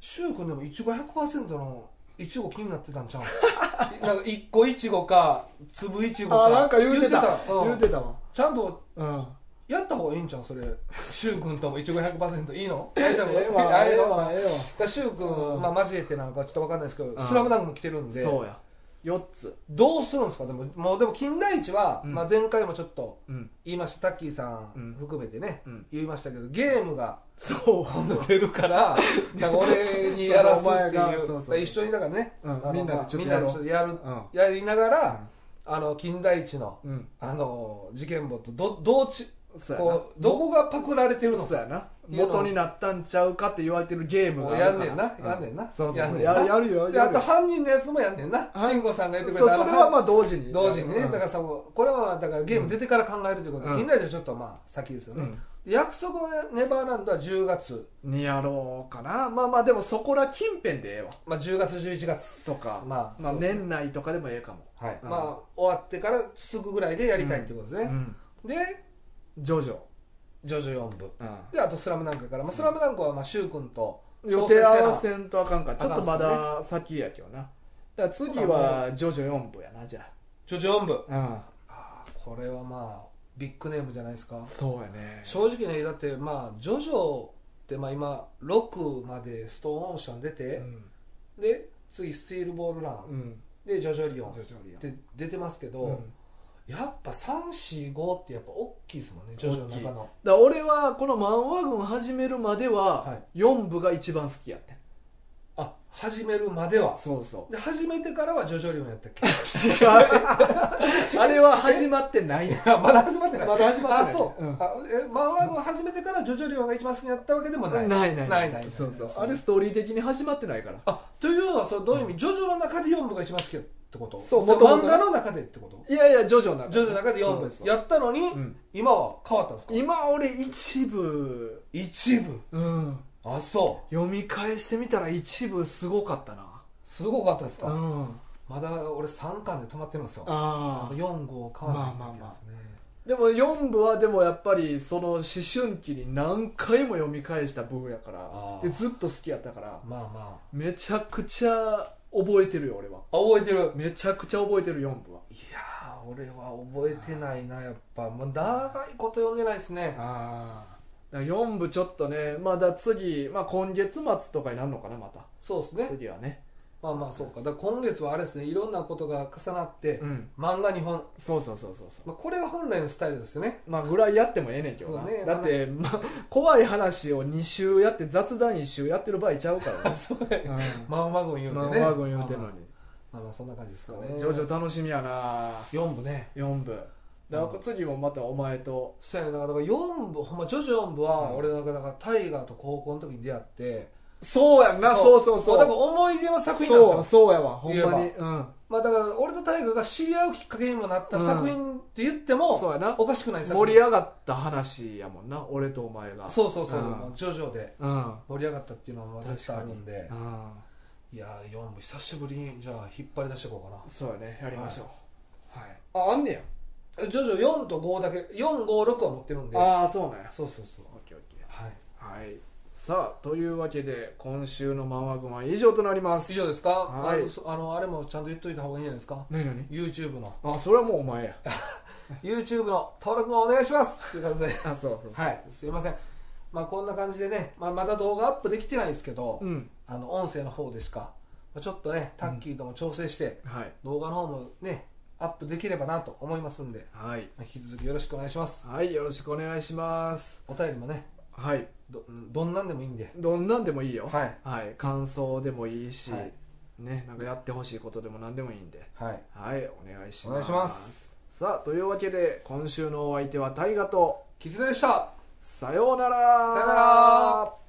Speaker 2: シュウ君でもいちご100%のいちご気になってたんちゃう なんか一個いちごか粒いちごか
Speaker 1: あなんか言うてた言うてた,、
Speaker 2: うん
Speaker 1: わ、
Speaker 2: ちゃんと
Speaker 1: うん、
Speaker 2: やった方がいいんちゃうそれシュウ君ともいちご100%いいの大丈夫
Speaker 1: ええわ
Speaker 2: あ
Speaker 1: え
Speaker 2: れ
Speaker 1: え
Speaker 2: の
Speaker 1: わええわ
Speaker 2: だから柊君、
Speaker 1: うん
Speaker 2: まあ、交えてなんかちょっとわかんないですけど「
Speaker 1: ん
Speaker 2: スラムダンクも来てるんで
Speaker 1: そうや4つ、
Speaker 2: どうするんですかでももうでも金田一は、
Speaker 1: うん
Speaker 2: まあ、前回もちょっと
Speaker 1: うん
Speaker 2: 言いましたタッキーさ
Speaker 1: うん
Speaker 2: ん含めてね、
Speaker 1: うん、
Speaker 2: 言いましたけどゲームが
Speaker 1: そう
Speaker 2: 今度出 るからなんか俺にやらすっ
Speaker 1: そうそう
Speaker 2: て
Speaker 1: お前
Speaker 2: い
Speaker 1: が
Speaker 2: う
Speaker 1: そうそうそう
Speaker 2: 一緒にだからね、
Speaker 1: うん
Speaker 2: あの
Speaker 1: みんなで
Speaker 2: まあ
Speaker 1: ちょっ
Speaker 2: み
Speaker 1: とやろ
Speaker 2: んなで
Speaker 1: う
Speaker 2: ちょっとやる、
Speaker 1: う
Speaker 2: やりながら、あの金田一の
Speaker 1: ん、うん、
Speaker 2: あの事件簿とどどうち
Speaker 1: そうやな
Speaker 2: こうどこがパクられてるの
Speaker 1: そう
Speaker 2: か
Speaker 1: やな
Speaker 2: いうの
Speaker 1: 元になったんちゃうかって言われてるゲームがあ
Speaker 2: や
Speaker 1: る
Speaker 2: ん
Speaker 1: か
Speaker 2: ね
Speaker 1: ら
Speaker 2: んな、やんねんな、
Speaker 1: そうそう
Speaker 2: やん
Speaker 1: そう
Speaker 2: ねん
Speaker 1: や
Speaker 2: な
Speaker 1: るやるよ
Speaker 2: であ
Speaker 1: やる
Speaker 2: と
Speaker 1: よ
Speaker 2: 犯人のやつもやんねんな
Speaker 1: はい
Speaker 2: 慎吾さんが言ってく
Speaker 1: そ
Speaker 2: れ
Speaker 1: う
Speaker 2: た
Speaker 1: それはま
Speaker 2: あ
Speaker 1: あ同時に
Speaker 2: の同時にね、
Speaker 1: うん
Speaker 2: だからさこれはまあだからゲーム出てから考えるということで、
Speaker 1: うん
Speaker 2: 近代じゃちょっとまあ先ですよね、で約束のネバーランドは10月、
Speaker 1: うんにやろうかなまあまあでもそこら近辺でええわ
Speaker 2: まあ、10月11月
Speaker 1: とか、
Speaker 2: まあ
Speaker 1: まあ、
Speaker 2: そうです
Speaker 1: 年内とかでもええかも
Speaker 2: はい、
Speaker 1: うん
Speaker 2: まあ終わってからすぐぐらいでやりたいっていうことです
Speaker 1: う
Speaker 2: ね、
Speaker 1: ん
Speaker 2: で
Speaker 1: ジョジョ、
Speaker 2: ジョジョ4部
Speaker 1: うん
Speaker 2: であと「スラムダンクから、まあ、スラムダンクはまあ柊君と
Speaker 1: 予
Speaker 2: 調
Speaker 1: 定
Speaker 2: 整
Speaker 1: 合
Speaker 2: せ
Speaker 1: わ
Speaker 2: な
Speaker 1: せんとあかんからちょっとまだ先やけどなだから次はジョジョ4部やなじゃ
Speaker 2: ジョジョ4部
Speaker 1: あ
Speaker 2: ああこれはまあビッグネームじゃないですか
Speaker 1: うんそうやね
Speaker 2: 正直ねだってまあジョジョってまあ今6までストーンオーシャン出て
Speaker 1: う、ん
Speaker 2: で次スチールボールラン、
Speaker 1: うん
Speaker 2: でジョジョリオンっ
Speaker 1: ジョジョリオン
Speaker 2: て出てますけど、
Speaker 1: うん
Speaker 2: やっぱ345ってやっぱ大きいですもんねジョジョの中の
Speaker 1: だから俺はこの漫画群始めるまで
Speaker 2: は
Speaker 1: はい4部が一番好きやってん
Speaker 2: あ始めるまでは
Speaker 1: そうそ
Speaker 2: で始めてからはジョジョリオン やったっけ
Speaker 1: う違うあれは始まってないね
Speaker 2: まだ始まってない
Speaker 1: まだ始まってない
Speaker 2: あそう、
Speaker 1: うん
Speaker 2: あえ漫画の始めてからジョジョリオンが一番好きになったわけでも
Speaker 1: な
Speaker 2: ないい
Speaker 1: ないない
Speaker 2: ないない
Speaker 1: そうそうあれストーリー的に始まってないから
Speaker 2: あというのはそれどういう意味、ジョジョの中で4部が一番好きってこと
Speaker 1: そう
Speaker 2: で
Speaker 1: 元々
Speaker 2: 漫画の中でってこと
Speaker 1: いやいやジョジョな
Speaker 2: ジョジョの中で4部
Speaker 1: や
Speaker 2: やったのに、
Speaker 1: うん
Speaker 2: 今は変わったんですか
Speaker 1: 今俺一部
Speaker 2: 一部
Speaker 1: うん
Speaker 2: あそう
Speaker 1: 読み返してみたら一部すごかったな
Speaker 2: すごかったですか、
Speaker 1: うん
Speaker 2: まだ俺3巻で止まってるんですよ
Speaker 1: ああ
Speaker 2: 4号変わらないってやつね
Speaker 1: でも4部はでもやっぱりその思春期に何回も読み返した部やから
Speaker 2: あー
Speaker 1: でずっと好きやったから
Speaker 2: まあまあ
Speaker 1: めちゃくちゃ覚えてるよ俺は
Speaker 2: あ覚えてる
Speaker 1: めちゃくちゃ覚えてる4部はい
Speaker 2: やー俺は覚えてないなやっぱ、まあ、長いこと読んでないですね
Speaker 1: ああ4部ちょっとねまだ次、まあ、今月末とかになるのかなまた
Speaker 2: そうですね
Speaker 1: 次はね
Speaker 2: まあまあそうかだから今月はあれですねいろんなことが重なって、
Speaker 1: うん
Speaker 2: 漫画2本、
Speaker 1: そうそうそうそうそう
Speaker 2: まあ、これは本来のスタイルですよね
Speaker 1: まあぐらいやってもええねんけどな、
Speaker 2: そうね
Speaker 1: だって、まあ、怖い話を2週やって雑談1週やってる場合ちゃうからね
Speaker 2: そうね
Speaker 1: う
Speaker 2: マンマ軍言
Speaker 1: ん
Speaker 2: う
Speaker 1: 漫
Speaker 2: てね
Speaker 1: 画軍言うてんのに
Speaker 2: まあまあそんな感じですかね
Speaker 1: ジョジョ楽しみやな
Speaker 2: 4部ね
Speaker 1: 4部だから次もまたお前と
Speaker 2: そうやねだからだから4部ほんまジョジョ4部は
Speaker 1: うん
Speaker 2: 俺なんかだからタイガーと高校の時に出会って
Speaker 1: そうやんなそうそうそう
Speaker 2: だから思い出の作品なんです
Speaker 1: そうそう
Speaker 2: よ
Speaker 1: やわほんま
Speaker 2: 言
Speaker 1: にうん
Speaker 2: まあだから俺とタイガーが知り合うきっかけにもなった作品って言って
Speaker 1: そう
Speaker 2: も
Speaker 1: やな
Speaker 2: おかしくない作
Speaker 1: 盛り
Speaker 2: 品
Speaker 1: 上がった話やもんな俺とお前が
Speaker 2: そうそうそう
Speaker 1: うん
Speaker 2: まあジョジョで
Speaker 1: うん
Speaker 2: 盛り上がったっていうのはまあ絶対あるんで
Speaker 1: うん
Speaker 2: いやー4部久しぶりにじゃあ引っ張り出していこうかな
Speaker 1: そうやねやりましょうはいああんねや
Speaker 2: えジョジョ4と5だけ456は持ってるんで
Speaker 1: ああそうなんや
Speaker 2: そうそうそう
Speaker 1: オッケーオッケ
Speaker 2: はい
Speaker 1: ーはいさあというわけで今週のマンワグマは以上となります
Speaker 2: 以上ですか、
Speaker 1: はい
Speaker 2: あのそあのあれもちゃんと言っといた方がいいんじゃないですか
Speaker 1: 何何
Speaker 2: YouTube の
Speaker 1: あそれはもうお前や
Speaker 2: YouTube の登録もお願いしますという感じで
Speaker 1: あそうそうそう
Speaker 2: はいすいませんまあこんな感じでね、まあ、まだ動画アップできてないですけど、
Speaker 1: うん
Speaker 2: あの音声の方でしか、まあ、ちょっとねタッキーとも調整して、
Speaker 1: はい
Speaker 2: 動画の方もねアップできればなと思いますんで、
Speaker 1: はい
Speaker 2: まあ、引き続きよろしくお願いします
Speaker 1: はいよろしくお願いします
Speaker 2: お便りもね
Speaker 1: はい
Speaker 2: どどんなんでもいいんで
Speaker 1: どんなんでもいいよ
Speaker 2: はい
Speaker 1: はい感想でもいいし
Speaker 2: はい
Speaker 1: ねなんかやってほしいことでも何でもいいんで
Speaker 2: はい
Speaker 1: はいお願いします
Speaker 2: お願いします
Speaker 1: さあというわけで今週のお相手は大ガと
Speaker 2: キツネでした
Speaker 1: さようなら
Speaker 2: さようなら